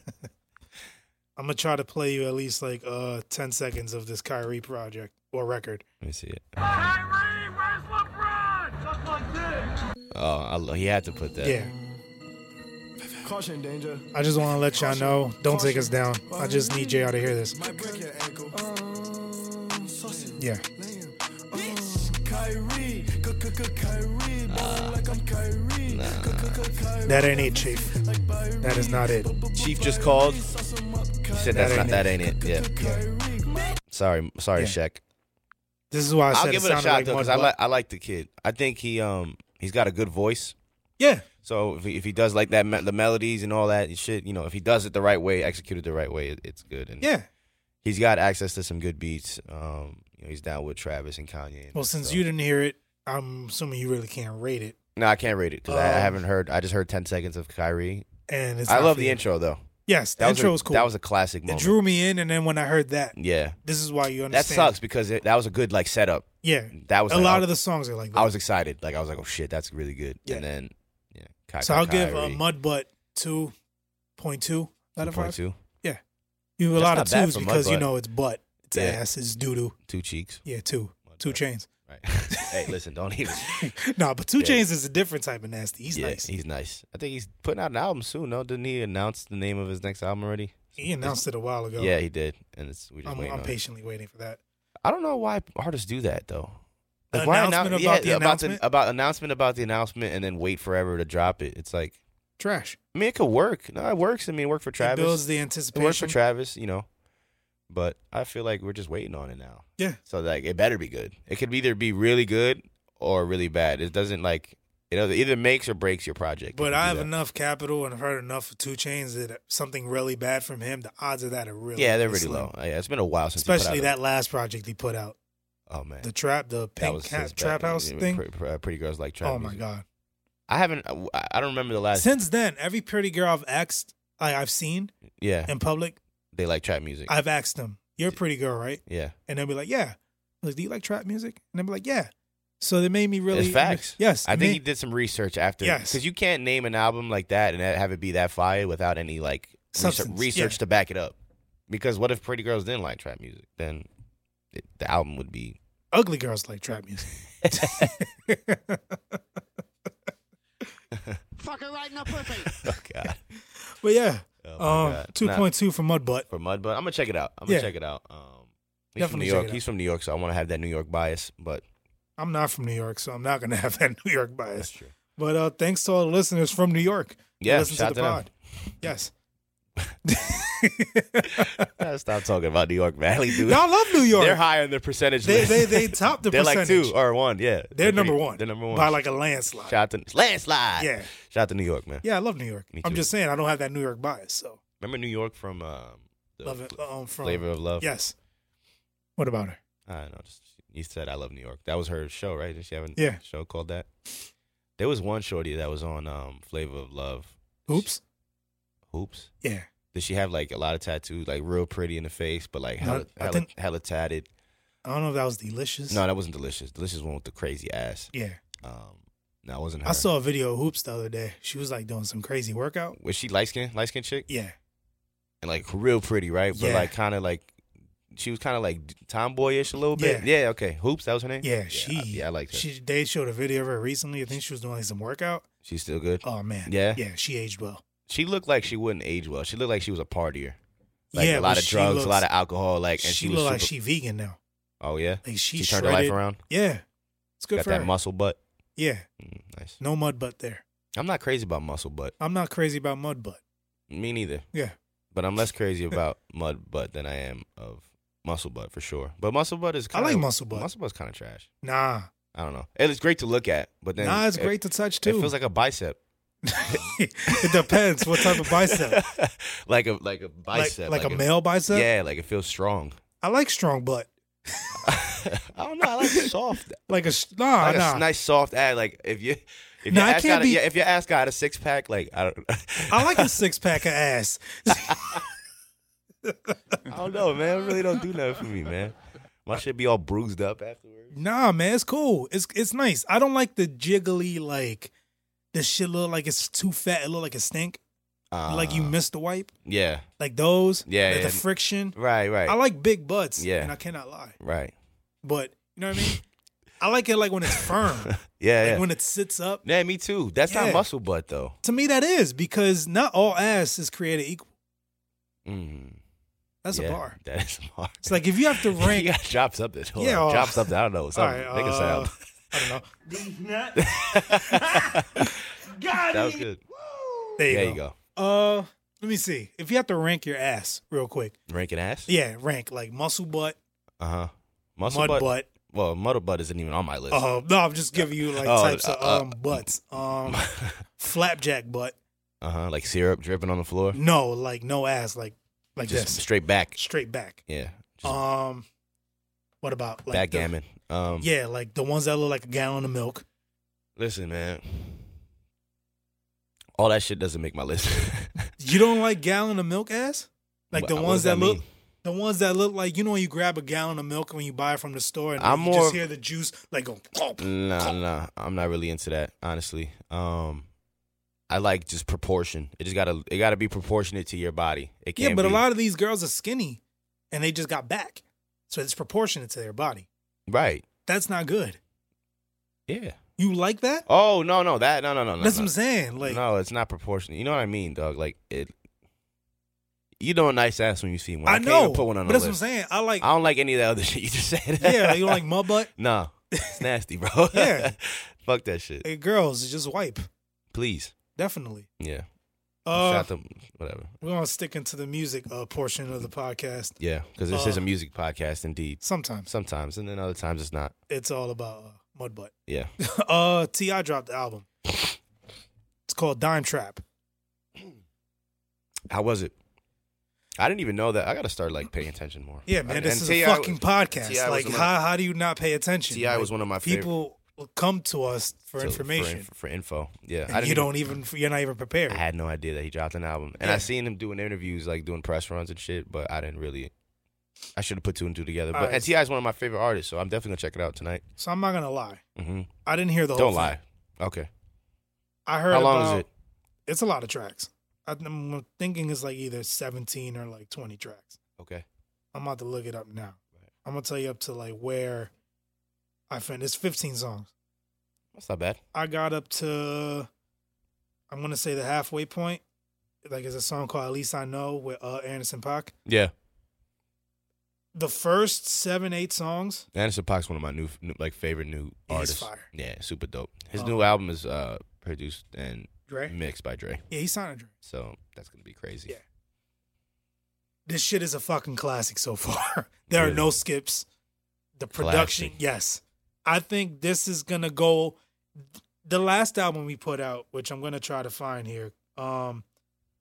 [SPEAKER 1] I'm gonna try to play you at least like uh 10 seconds of this Kyrie project or record.
[SPEAKER 2] Let me see it.
[SPEAKER 4] Kyrie, where's LeBron? Suck my dick.
[SPEAKER 2] Oh, I, lo- he had to put that.
[SPEAKER 1] Yeah,
[SPEAKER 5] Caution, danger.
[SPEAKER 1] I just want to let y'all know. Don't take us down. I just need y'all to hear this.
[SPEAKER 5] Might break your ankle. Oh, Um, saucy.
[SPEAKER 1] Yeah,
[SPEAKER 5] Laying. Um, Kyrie. Kyrie. Ballin' like I'm Kyrie. Kyrie.
[SPEAKER 1] that ain't it, Chief.
[SPEAKER 5] Like Byrie.
[SPEAKER 1] That is not it.
[SPEAKER 2] Chief just called. He said that's not that ain't it. Yeah. Sorry, sorry,
[SPEAKER 1] Yeah.
[SPEAKER 2] Shaq.
[SPEAKER 1] This is why I said
[SPEAKER 2] I'll give it, a
[SPEAKER 1] sounded
[SPEAKER 2] shot
[SPEAKER 1] like
[SPEAKER 2] though,
[SPEAKER 1] Mud
[SPEAKER 2] because I
[SPEAKER 1] Butt.
[SPEAKER 2] like I like the kid. I think he um he's got a good voice.
[SPEAKER 1] Yeah,
[SPEAKER 2] So if he, if he does like that me- the melodies and all that and shit, you know, if he does it the right way, executed the right way, it, it's good. And
[SPEAKER 1] yeah.
[SPEAKER 2] he's got access to some good beats. Um, you know, he's down with Travis and Kanye. and
[SPEAKER 1] Well,
[SPEAKER 2] that,
[SPEAKER 1] since
[SPEAKER 2] so-
[SPEAKER 1] you didn't hear it, I'm assuming you really can't rate it.
[SPEAKER 2] No, I can't rate it because I
[SPEAKER 1] Um,
[SPEAKER 2] haven't heard. I just heard ten seconds of Kyrie.
[SPEAKER 1] And it's
[SPEAKER 2] I
[SPEAKER 1] not
[SPEAKER 2] love
[SPEAKER 1] for
[SPEAKER 2] the
[SPEAKER 1] you.
[SPEAKER 2] intro though.
[SPEAKER 1] Yes, the
[SPEAKER 2] That
[SPEAKER 1] intro
[SPEAKER 2] was a,
[SPEAKER 1] was cool.
[SPEAKER 2] That was a classic
[SPEAKER 1] it
[SPEAKER 2] moment.
[SPEAKER 1] drew me in, and then when I heard that,
[SPEAKER 2] yeah,
[SPEAKER 1] this is why you
[SPEAKER 2] that
[SPEAKER 1] understand.
[SPEAKER 2] sucks because it, that was a good like setup.
[SPEAKER 1] Yeah,
[SPEAKER 2] That was
[SPEAKER 1] a
[SPEAKER 2] like,
[SPEAKER 1] lot
[SPEAKER 2] I,
[SPEAKER 1] of the songs are like that.
[SPEAKER 2] I was excited. Like I was like, oh shit, that's really good.
[SPEAKER 1] Yeah.
[SPEAKER 2] And then yeah, Ky-
[SPEAKER 1] so I'll give uh,
[SPEAKER 2] Kyrie,
[SPEAKER 1] Mudbutt two point two out of five.
[SPEAKER 2] 2.2,
[SPEAKER 1] You have a
[SPEAKER 2] That's
[SPEAKER 1] lot of
[SPEAKER 2] not bad
[SPEAKER 1] twos
[SPEAKER 2] for
[SPEAKER 1] because you
[SPEAKER 2] Mudbutt.
[SPEAKER 1] know it's butt, it's
[SPEAKER 2] Yeah.
[SPEAKER 1] ass, it's doo doo.
[SPEAKER 2] two cheeks.
[SPEAKER 1] Yeah, two, two
[SPEAKER 2] Mudbutt.
[SPEAKER 1] chains.
[SPEAKER 2] Right. hey, listen, don't even.
[SPEAKER 1] nah, but two
[SPEAKER 2] Yeah.
[SPEAKER 1] chains is a different type of nasty. He's
[SPEAKER 2] yeah,
[SPEAKER 1] nice. He,
[SPEAKER 2] he's nice. I think he's putting out an album soon. No, didn't he announce the name of his next album already?
[SPEAKER 1] announced it a while ago.
[SPEAKER 2] Yeah, he did. And it's we just
[SPEAKER 1] I'm,
[SPEAKER 2] waiting
[SPEAKER 1] I'm
[SPEAKER 2] on it.
[SPEAKER 1] patiently waiting for that.
[SPEAKER 2] I don't know why artists do that though.
[SPEAKER 1] The
[SPEAKER 2] why
[SPEAKER 1] announcement about the announcement?
[SPEAKER 2] about about announcement about the announcement and then wait forever to drop it. It's like
[SPEAKER 1] Trash.
[SPEAKER 2] I mean it could work. No, it works. I mean it worked for
[SPEAKER 1] It
[SPEAKER 2] Travis.
[SPEAKER 1] builds the
[SPEAKER 2] It
[SPEAKER 1] anticipation.
[SPEAKER 2] worked for Travis, you know. But I feel like we're just waiting on it now.
[SPEAKER 1] Yeah.
[SPEAKER 2] So like it better be good. It could either be really good or really bad. It doesn't like it either makes or breaks your project. if you
[SPEAKER 1] But
[SPEAKER 2] do
[SPEAKER 1] I have
[SPEAKER 2] that.
[SPEAKER 1] enough capital and I've heard enough of two chains that something really bad from him, the odds of that are really
[SPEAKER 2] Yeah, they're really
[SPEAKER 1] slim.
[SPEAKER 2] low. Uh, Yeah, it's been a while since he put out
[SPEAKER 1] Especially
[SPEAKER 2] a-
[SPEAKER 1] that last project he put out,
[SPEAKER 2] Oh man,
[SPEAKER 1] the trap, the
[SPEAKER 2] that
[SPEAKER 1] pink cat,
[SPEAKER 2] since back-
[SPEAKER 1] trap house
[SPEAKER 2] yeah,
[SPEAKER 1] thing.
[SPEAKER 2] Pretty, pretty girls like trap.
[SPEAKER 1] oh my
[SPEAKER 2] music.
[SPEAKER 1] god!
[SPEAKER 2] I haven't. I I don't remember the last.
[SPEAKER 1] Since then, every pretty girl I've asked, I, I've seen
[SPEAKER 2] yeah,
[SPEAKER 1] in public,
[SPEAKER 2] they like trap music.
[SPEAKER 1] I've asked them, "You're a pretty girl, right?"
[SPEAKER 2] yeah,
[SPEAKER 1] And they'll be like, "Yeah." I'm like, do you like trap music? And they'll be like, "Yeah." So they made me really
[SPEAKER 2] it's facts.
[SPEAKER 1] Yes,
[SPEAKER 2] I
[SPEAKER 1] it
[SPEAKER 2] think
[SPEAKER 1] made-
[SPEAKER 2] he did some research after.
[SPEAKER 1] Yes.
[SPEAKER 2] because you can't name an album like that and have it be that fire without any like research,
[SPEAKER 1] Substance,
[SPEAKER 2] research
[SPEAKER 1] yeah.
[SPEAKER 2] to back it up. Because what if pretty girls didn't like trap music? Then it, the album would be.
[SPEAKER 1] ugly girls like trap music.
[SPEAKER 3] Fucker right in the pussy.
[SPEAKER 2] Oh God.
[SPEAKER 1] But yeah,
[SPEAKER 2] Oh, my
[SPEAKER 1] um,
[SPEAKER 2] God.
[SPEAKER 1] two
[SPEAKER 2] Nah,
[SPEAKER 1] point two for Mudbutt.
[SPEAKER 2] for Mudbud. I'm gonna check it out. I'm gonna
[SPEAKER 1] Yeah.
[SPEAKER 2] check it out. Um,
[SPEAKER 1] Definitely
[SPEAKER 2] he's
[SPEAKER 1] check
[SPEAKER 2] from New
[SPEAKER 1] it
[SPEAKER 2] York.
[SPEAKER 1] out.
[SPEAKER 2] He's from New York, so I want to have that New York bias. But
[SPEAKER 1] I'm not from New York, so I'm not gonna have that New York bias.
[SPEAKER 2] true.
[SPEAKER 1] But uh, thanks to all the listeners from New York. who
[SPEAKER 2] Yeah,
[SPEAKER 1] listen
[SPEAKER 2] shout
[SPEAKER 1] to the
[SPEAKER 2] out to
[SPEAKER 1] pod. Yes,
[SPEAKER 2] Gotta Stop talking about New York Valley, dude.
[SPEAKER 1] y'all love New York.
[SPEAKER 2] They're high in their percentage.
[SPEAKER 1] They
[SPEAKER 2] list.
[SPEAKER 1] they they top the
[SPEAKER 2] They're
[SPEAKER 1] percentage.
[SPEAKER 2] like two or one. Yeah,
[SPEAKER 1] They're
[SPEAKER 2] pretty-
[SPEAKER 1] number one.
[SPEAKER 2] They're number one
[SPEAKER 1] by like a landslide.
[SPEAKER 2] Shout out to landslide.
[SPEAKER 1] Yeah.
[SPEAKER 2] Shout out to New York, man.
[SPEAKER 1] Yeah, I love New York.
[SPEAKER 2] Me
[SPEAKER 1] I'm
[SPEAKER 2] too.
[SPEAKER 1] just saying I don't have that New York bias, so
[SPEAKER 2] Remember New York from um, the
[SPEAKER 1] love it. Um, from
[SPEAKER 2] Flavor of Love?
[SPEAKER 1] Yes. What about her?
[SPEAKER 2] I don't know. Just you said I love New York. That was her show, right? Did she have a
[SPEAKER 1] Yeah.
[SPEAKER 2] show called that? There was one shorty that was on um, Flavor of Love.
[SPEAKER 1] Oops.
[SPEAKER 2] Hoops.
[SPEAKER 1] Yeah.
[SPEAKER 2] Did she have like a lot of tattoos, like real pretty in the face, but like
[SPEAKER 1] No,
[SPEAKER 2] hella,
[SPEAKER 1] I
[SPEAKER 2] hella,
[SPEAKER 1] think-
[SPEAKER 2] hella tatted?
[SPEAKER 1] I don't know if that was delicious.
[SPEAKER 2] No, that wasn't delicious. Delicious one with the crazy ass.
[SPEAKER 1] Yeah.
[SPEAKER 2] Um, no, it wasn't her.
[SPEAKER 1] I saw a video of Hoops the other day. She was like doing some crazy workout.
[SPEAKER 2] Was she light skin, light skin chick,
[SPEAKER 1] Yeah.
[SPEAKER 2] and like real pretty, right? But
[SPEAKER 1] Yeah.
[SPEAKER 2] like kind of like she was kind of like tomboyish a little bit. Yeah. Okay. Hoops. That was her name.
[SPEAKER 1] Yeah.
[SPEAKER 2] I-
[SPEAKER 1] She
[SPEAKER 2] yeah, I liked her.
[SPEAKER 1] She they showed a video of her recently. I think she was doing like some workout.
[SPEAKER 2] She's still good.
[SPEAKER 1] Oh man.
[SPEAKER 2] Yeah?
[SPEAKER 1] Yeah, she aged well.
[SPEAKER 2] She looked like she wouldn't age well. She looked like she was a partier. Like
[SPEAKER 1] yeah,
[SPEAKER 2] a lot
[SPEAKER 1] but
[SPEAKER 2] of
[SPEAKER 1] she
[SPEAKER 2] drugs,
[SPEAKER 1] looks-
[SPEAKER 2] a lot of alcohol. Like and
[SPEAKER 1] she,
[SPEAKER 2] she,
[SPEAKER 1] looked
[SPEAKER 2] was
[SPEAKER 1] like
[SPEAKER 2] super-
[SPEAKER 1] she vegan now.
[SPEAKER 2] Oh yeah.
[SPEAKER 1] Like she,
[SPEAKER 2] She turned her
[SPEAKER 1] shredded.
[SPEAKER 2] life around.
[SPEAKER 1] Yeah. It's good
[SPEAKER 2] Got
[SPEAKER 1] for
[SPEAKER 2] that
[SPEAKER 1] her.
[SPEAKER 2] muscle butt.
[SPEAKER 1] yeah.
[SPEAKER 2] Mm, nice.
[SPEAKER 1] No mud butt there.
[SPEAKER 2] I'm not crazy about muscle butt.
[SPEAKER 1] I'm not crazy about mud butt.
[SPEAKER 2] Me neither.
[SPEAKER 1] Yeah.
[SPEAKER 2] But I'm less crazy about mud butt than I am of muscle butt for sure. But muscle butt is.
[SPEAKER 1] I
[SPEAKER 2] Kinda,
[SPEAKER 1] like muscle butt.
[SPEAKER 2] Muscle butt's kind of trash.
[SPEAKER 1] Nah.
[SPEAKER 2] I don't know. It's great to look at, but then
[SPEAKER 1] Nah, it's
[SPEAKER 2] it-
[SPEAKER 1] great to touch
[SPEAKER 2] It
[SPEAKER 1] too.
[SPEAKER 2] feels like a bicep.
[SPEAKER 1] it depends what type of bicep.
[SPEAKER 2] like a like a
[SPEAKER 1] Like,
[SPEAKER 2] bicep,
[SPEAKER 1] like a male bicep.
[SPEAKER 2] Yeah, like it feels strong.
[SPEAKER 1] I like strong butt.
[SPEAKER 2] I don't know. I like soft,
[SPEAKER 1] Like a s- nah,
[SPEAKER 2] like
[SPEAKER 1] Ah, nah.
[SPEAKER 2] a nice soft ass. Like if you, if
[SPEAKER 1] Nah,
[SPEAKER 2] your
[SPEAKER 1] it
[SPEAKER 2] ass
[SPEAKER 1] can't
[SPEAKER 2] got,
[SPEAKER 1] be-
[SPEAKER 2] a, yeah, if your ass got a six pack, like I don't,
[SPEAKER 1] I like a six pack of ass.
[SPEAKER 2] I don't know, man. It really don't do nothing for me, man. My shit be all bruised up afterwards.
[SPEAKER 1] Nah, man, it's cool. It's it's nice. I don't like the jiggly like the shit look like it's too fat. It look like a stink.
[SPEAKER 2] Uh,
[SPEAKER 1] like you missed the wipe.
[SPEAKER 2] Yeah,
[SPEAKER 1] Like those.
[SPEAKER 2] Yeah,
[SPEAKER 1] Like
[SPEAKER 2] yeah.
[SPEAKER 1] The friction.
[SPEAKER 2] right, right,
[SPEAKER 1] I like big butts.
[SPEAKER 2] Yeah.
[SPEAKER 1] And I cannot lie.
[SPEAKER 2] right.
[SPEAKER 1] But you know what I mean. I like it like when it's firm. like
[SPEAKER 2] Yeah, yeah.
[SPEAKER 1] when it sits up.
[SPEAKER 2] yeah, me too. That's
[SPEAKER 1] Yeah.
[SPEAKER 2] not muscle butt though.
[SPEAKER 1] To me, that is because not all ass is created equal.
[SPEAKER 2] Mm,
[SPEAKER 1] That's
[SPEAKER 2] yeah,
[SPEAKER 1] a bar.
[SPEAKER 2] That is a bar.
[SPEAKER 1] It's like if you have to rank.
[SPEAKER 2] you gotta drop something. Hold
[SPEAKER 1] Yeah,
[SPEAKER 2] on.
[SPEAKER 1] well-
[SPEAKER 2] drop something. I don't know.
[SPEAKER 1] All
[SPEAKER 2] Something.
[SPEAKER 1] right,
[SPEAKER 2] Make a
[SPEAKER 1] uh,
[SPEAKER 2] sound.
[SPEAKER 1] I don't know.
[SPEAKER 4] These nuts. Got
[SPEAKER 2] That was
[SPEAKER 4] it.
[SPEAKER 2] good.
[SPEAKER 1] There you,
[SPEAKER 2] There
[SPEAKER 1] go.
[SPEAKER 2] you go.
[SPEAKER 1] Uh, let me see. If you have to rank your ass real quick,
[SPEAKER 2] Ranking ass.
[SPEAKER 1] yeah, rank like muscle butt,
[SPEAKER 2] Uh huh. Muscle
[SPEAKER 1] mud butt.
[SPEAKER 2] butt. Well, muddle butt isn't even on my list.
[SPEAKER 1] Uh, no, I'm just giving you like
[SPEAKER 2] Oh,
[SPEAKER 1] types of
[SPEAKER 2] uh,
[SPEAKER 1] um butts. Um, flapjack butt.
[SPEAKER 2] Uh huh. Like syrup dripping on the floor.
[SPEAKER 1] No, like no ass, like like
[SPEAKER 2] Just
[SPEAKER 1] this,
[SPEAKER 2] straight back.
[SPEAKER 1] straight back.
[SPEAKER 2] Yeah. Just
[SPEAKER 1] Um, what about Uh, like the-
[SPEAKER 2] backgammon. Um,
[SPEAKER 1] Yeah, like the ones that look like a gallon of milk.
[SPEAKER 2] Listen, man. All that shit doesn't make my list.
[SPEAKER 1] You don't like gallon of milk ass? Like
[SPEAKER 2] What-
[SPEAKER 1] the
[SPEAKER 2] what
[SPEAKER 1] ones
[SPEAKER 2] does that
[SPEAKER 1] that, look
[SPEAKER 2] mean?
[SPEAKER 1] the ones that look like you know when you grab a gallon of milk when you buy it from the store and
[SPEAKER 2] I'm
[SPEAKER 1] you
[SPEAKER 2] more-
[SPEAKER 1] just hear the juice like go
[SPEAKER 2] nah, nah. I'm not really into that, honestly. Um, I like just proportion. It just gotta it gotta be proportionate to your body. It can't
[SPEAKER 1] Yeah, but a
[SPEAKER 2] be-
[SPEAKER 1] lot of these girls are skinny and they just got back. So it's proportionate to their body.
[SPEAKER 2] right.
[SPEAKER 1] That's not good.
[SPEAKER 2] Yeah.
[SPEAKER 1] You like that?
[SPEAKER 2] Oh no no that no no no no,
[SPEAKER 1] That's
[SPEAKER 2] no.
[SPEAKER 1] what I'm saying. Like
[SPEAKER 2] no it's not proportionate. You know what I mean, dog? Like it. You know a nice ass when you see one.
[SPEAKER 1] I,
[SPEAKER 2] can't
[SPEAKER 1] know.
[SPEAKER 2] even put one on
[SPEAKER 1] but
[SPEAKER 2] the
[SPEAKER 1] that's
[SPEAKER 2] list.
[SPEAKER 1] what I'm saying. I like
[SPEAKER 2] I don't like any of that other shit you just said.
[SPEAKER 1] Yeah, you like mud butt?
[SPEAKER 2] No, it's nasty, bro.
[SPEAKER 1] Yeah.
[SPEAKER 2] Fuck that shit.
[SPEAKER 1] Hey girls, just wipe.
[SPEAKER 2] Please.
[SPEAKER 1] Definitely.
[SPEAKER 2] Yeah.
[SPEAKER 1] Uh,
[SPEAKER 2] Shout them. Whatever.
[SPEAKER 1] we're gonna stick into the music uh, portion of the podcast.
[SPEAKER 2] Yeah, because this
[SPEAKER 1] uh,
[SPEAKER 2] is a music podcast, indeed.
[SPEAKER 1] Sometimes
[SPEAKER 2] Sometimes, and then other times it's not.
[SPEAKER 1] it's all about uh, mud butt.
[SPEAKER 2] Yeah.
[SPEAKER 1] uh T.I. dropped the album. It's called Dime Trap.
[SPEAKER 2] How was it? I didn't even know that. I gotta start like paying attention more.
[SPEAKER 1] Yeah, man,
[SPEAKER 2] And-
[SPEAKER 1] this
[SPEAKER 2] and
[SPEAKER 1] is
[SPEAKER 2] T.I.
[SPEAKER 1] a
[SPEAKER 2] was-
[SPEAKER 1] fucking podcast.
[SPEAKER 2] T.I.
[SPEAKER 1] like
[SPEAKER 2] was one of-
[SPEAKER 1] how how do you not pay attention?
[SPEAKER 2] T.I.
[SPEAKER 1] Like,
[SPEAKER 2] was one of my favorite-
[SPEAKER 1] people come to us for
[SPEAKER 2] to-
[SPEAKER 1] information.
[SPEAKER 2] for, in- for info. Yeah,
[SPEAKER 1] and you don't even you're not even prepared.
[SPEAKER 2] I had no idea that he dropped an album, and
[SPEAKER 1] Yeah.
[SPEAKER 2] I seen him doing interviews, like doing press runs and shit. But I didn't really. I should have put two and two together. But
[SPEAKER 1] Alright.
[SPEAKER 2] and Ti is one of my favorite artists, so I'm definitely gonna check it out tonight.
[SPEAKER 1] so I'm not gonna lie.
[SPEAKER 2] hmm
[SPEAKER 1] I didn't hear the whole
[SPEAKER 2] Don't
[SPEAKER 1] thing.
[SPEAKER 2] lie. Okay.
[SPEAKER 1] I heard
[SPEAKER 2] How long
[SPEAKER 1] about-
[SPEAKER 2] is it?
[SPEAKER 1] It's a lot of tracks. I- I'm thinking it's like either 17 or like 20 tracks.
[SPEAKER 2] Okay.
[SPEAKER 1] I'm about to look it up now. I'm gonna tell you up to like where I finished. It's 15 songs.
[SPEAKER 2] That's not bad.
[SPEAKER 1] I got up to I'm gonna say the halfway point. Like it's a song called At Least I Know with uh Anderson Pac.
[SPEAKER 2] Yeah.
[SPEAKER 1] The first seven, eight songs,
[SPEAKER 2] Anderson Paak's one of my new, new like favorite new
[SPEAKER 1] He's
[SPEAKER 2] artists.
[SPEAKER 1] fire.
[SPEAKER 2] Yeah, super dope. His
[SPEAKER 1] Um,
[SPEAKER 2] new album is uh produced and
[SPEAKER 1] Dre.
[SPEAKER 2] mixed by Dre.
[SPEAKER 1] Yeah, he signed a Dre.
[SPEAKER 2] So that's gonna be crazy.
[SPEAKER 1] Yeah. This shit is a fucking classic so far. there are
[SPEAKER 2] Really?
[SPEAKER 1] no skips. The production,
[SPEAKER 2] Classic.
[SPEAKER 1] yes. I think this is gonna go the last album we put out, which I'm gonna try to find here. Um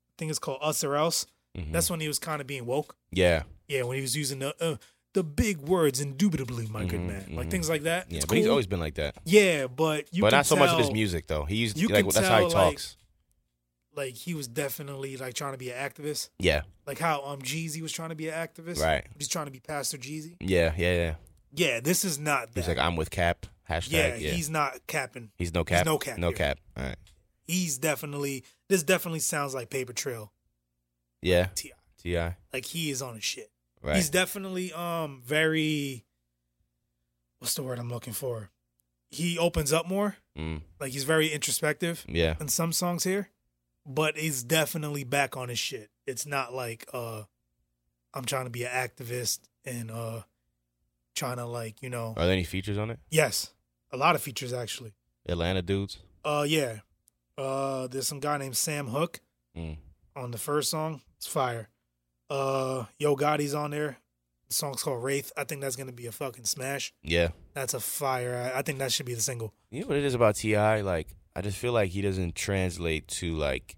[SPEAKER 1] I think it's called Us or Else.
[SPEAKER 2] Mhm.
[SPEAKER 1] That's when he was kind of being woke.
[SPEAKER 2] yeah.
[SPEAKER 1] Yeah, when he was using the uh, the big words, indubitably, my good
[SPEAKER 2] Mhm,
[SPEAKER 1] man, like
[SPEAKER 2] mhm.
[SPEAKER 1] things like that.
[SPEAKER 2] Yeah.
[SPEAKER 1] It's
[SPEAKER 2] but he's
[SPEAKER 1] cool.
[SPEAKER 2] always been like that.
[SPEAKER 1] yeah, but you
[SPEAKER 2] but
[SPEAKER 1] can
[SPEAKER 2] not so much of his
[SPEAKER 1] tell,
[SPEAKER 2] music though. He used
[SPEAKER 1] you
[SPEAKER 2] like
[SPEAKER 1] can
[SPEAKER 2] that's how he
[SPEAKER 1] tell, like-
[SPEAKER 2] talks.
[SPEAKER 1] Like he was definitely like trying to be an activist,
[SPEAKER 2] Yeah.
[SPEAKER 1] like how um Jeezy was trying to be an activist.
[SPEAKER 2] Right.
[SPEAKER 1] he's trying to be Pastor Jeezy.
[SPEAKER 2] Yeah. Yeah. Yeah.
[SPEAKER 1] Yeah, this is not that.
[SPEAKER 2] He's like I'm with Cap. Hashtag.
[SPEAKER 1] yeah,
[SPEAKER 2] Yeah.
[SPEAKER 1] he's not capping.
[SPEAKER 2] He's no cap.
[SPEAKER 1] no cap
[SPEAKER 2] No
[SPEAKER 1] here.
[SPEAKER 2] cap. All right.
[SPEAKER 1] He's definitely this definitely sounds like Paper Trail
[SPEAKER 2] Yeah.
[SPEAKER 1] Ti.
[SPEAKER 2] Ti. Right.
[SPEAKER 1] Like he is on his shit. He's definitely um very. What's the word I'm looking for? He opens up more.
[SPEAKER 2] mm.
[SPEAKER 1] Like he's very introspective.
[SPEAKER 2] Yeah.
[SPEAKER 1] in some songs here, but he's definitely back on his shit. It's not like uh I'm trying to be an activist and uh trying to like, you know
[SPEAKER 2] Are there any features on it?
[SPEAKER 1] Yes. A lot of features actually.
[SPEAKER 2] Atlanta dudes.
[SPEAKER 1] Uh yeah. Uh there's some guy named Sam Hook
[SPEAKER 2] Mm.
[SPEAKER 1] on the first song. It's fire. Uh Yo Gotti's on there. The song's called Wraith. I think that's gonna be a fucking smash.
[SPEAKER 2] Yeah.
[SPEAKER 1] That's a fire. I, I think that should be the single.
[SPEAKER 2] You know what it is about Ti? Like, I just feel like he doesn't translate to like,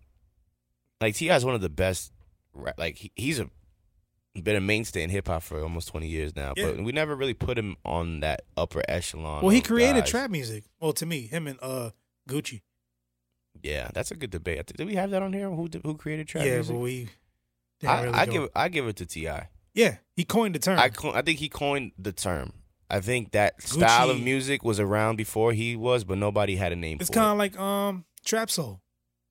[SPEAKER 2] like Ti is one of the best. ra- Like, he, he's a been a mainstay in hip hop for almost twenty years now,
[SPEAKER 1] Yeah.
[SPEAKER 2] but we never really put him on that upper echelon.
[SPEAKER 1] well, he
[SPEAKER 2] of
[SPEAKER 1] created
[SPEAKER 2] Oh, guys.
[SPEAKER 1] trap music. Well, to me, him and uh Gucci.
[SPEAKER 2] Yeah, that's a good debate. I think, did we have that on here? Who did- who created trap
[SPEAKER 1] yeah,
[SPEAKER 2] music?
[SPEAKER 1] but we. didn't
[SPEAKER 2] I,
[SPEAKER 1] really
[SPEAKER 2] I
[SPEAKER 1] go-
[SPEAKER 2] give I give it to Ti.
[SPEAKER 1] Yeah, he coined the term.
[SPEAKER 2] I co- I think he coined the term. I think that style of
[SPEAKER 1] Gucci-
[SPEAKER 2] music was around before he was, but nobody had a name
[SPEAKER 1] it's
[SPEAKER 2] for
[SPEAKER 1] kind
[SPEAKER 2] it.
[SPEAKER 1] of like um trap soul.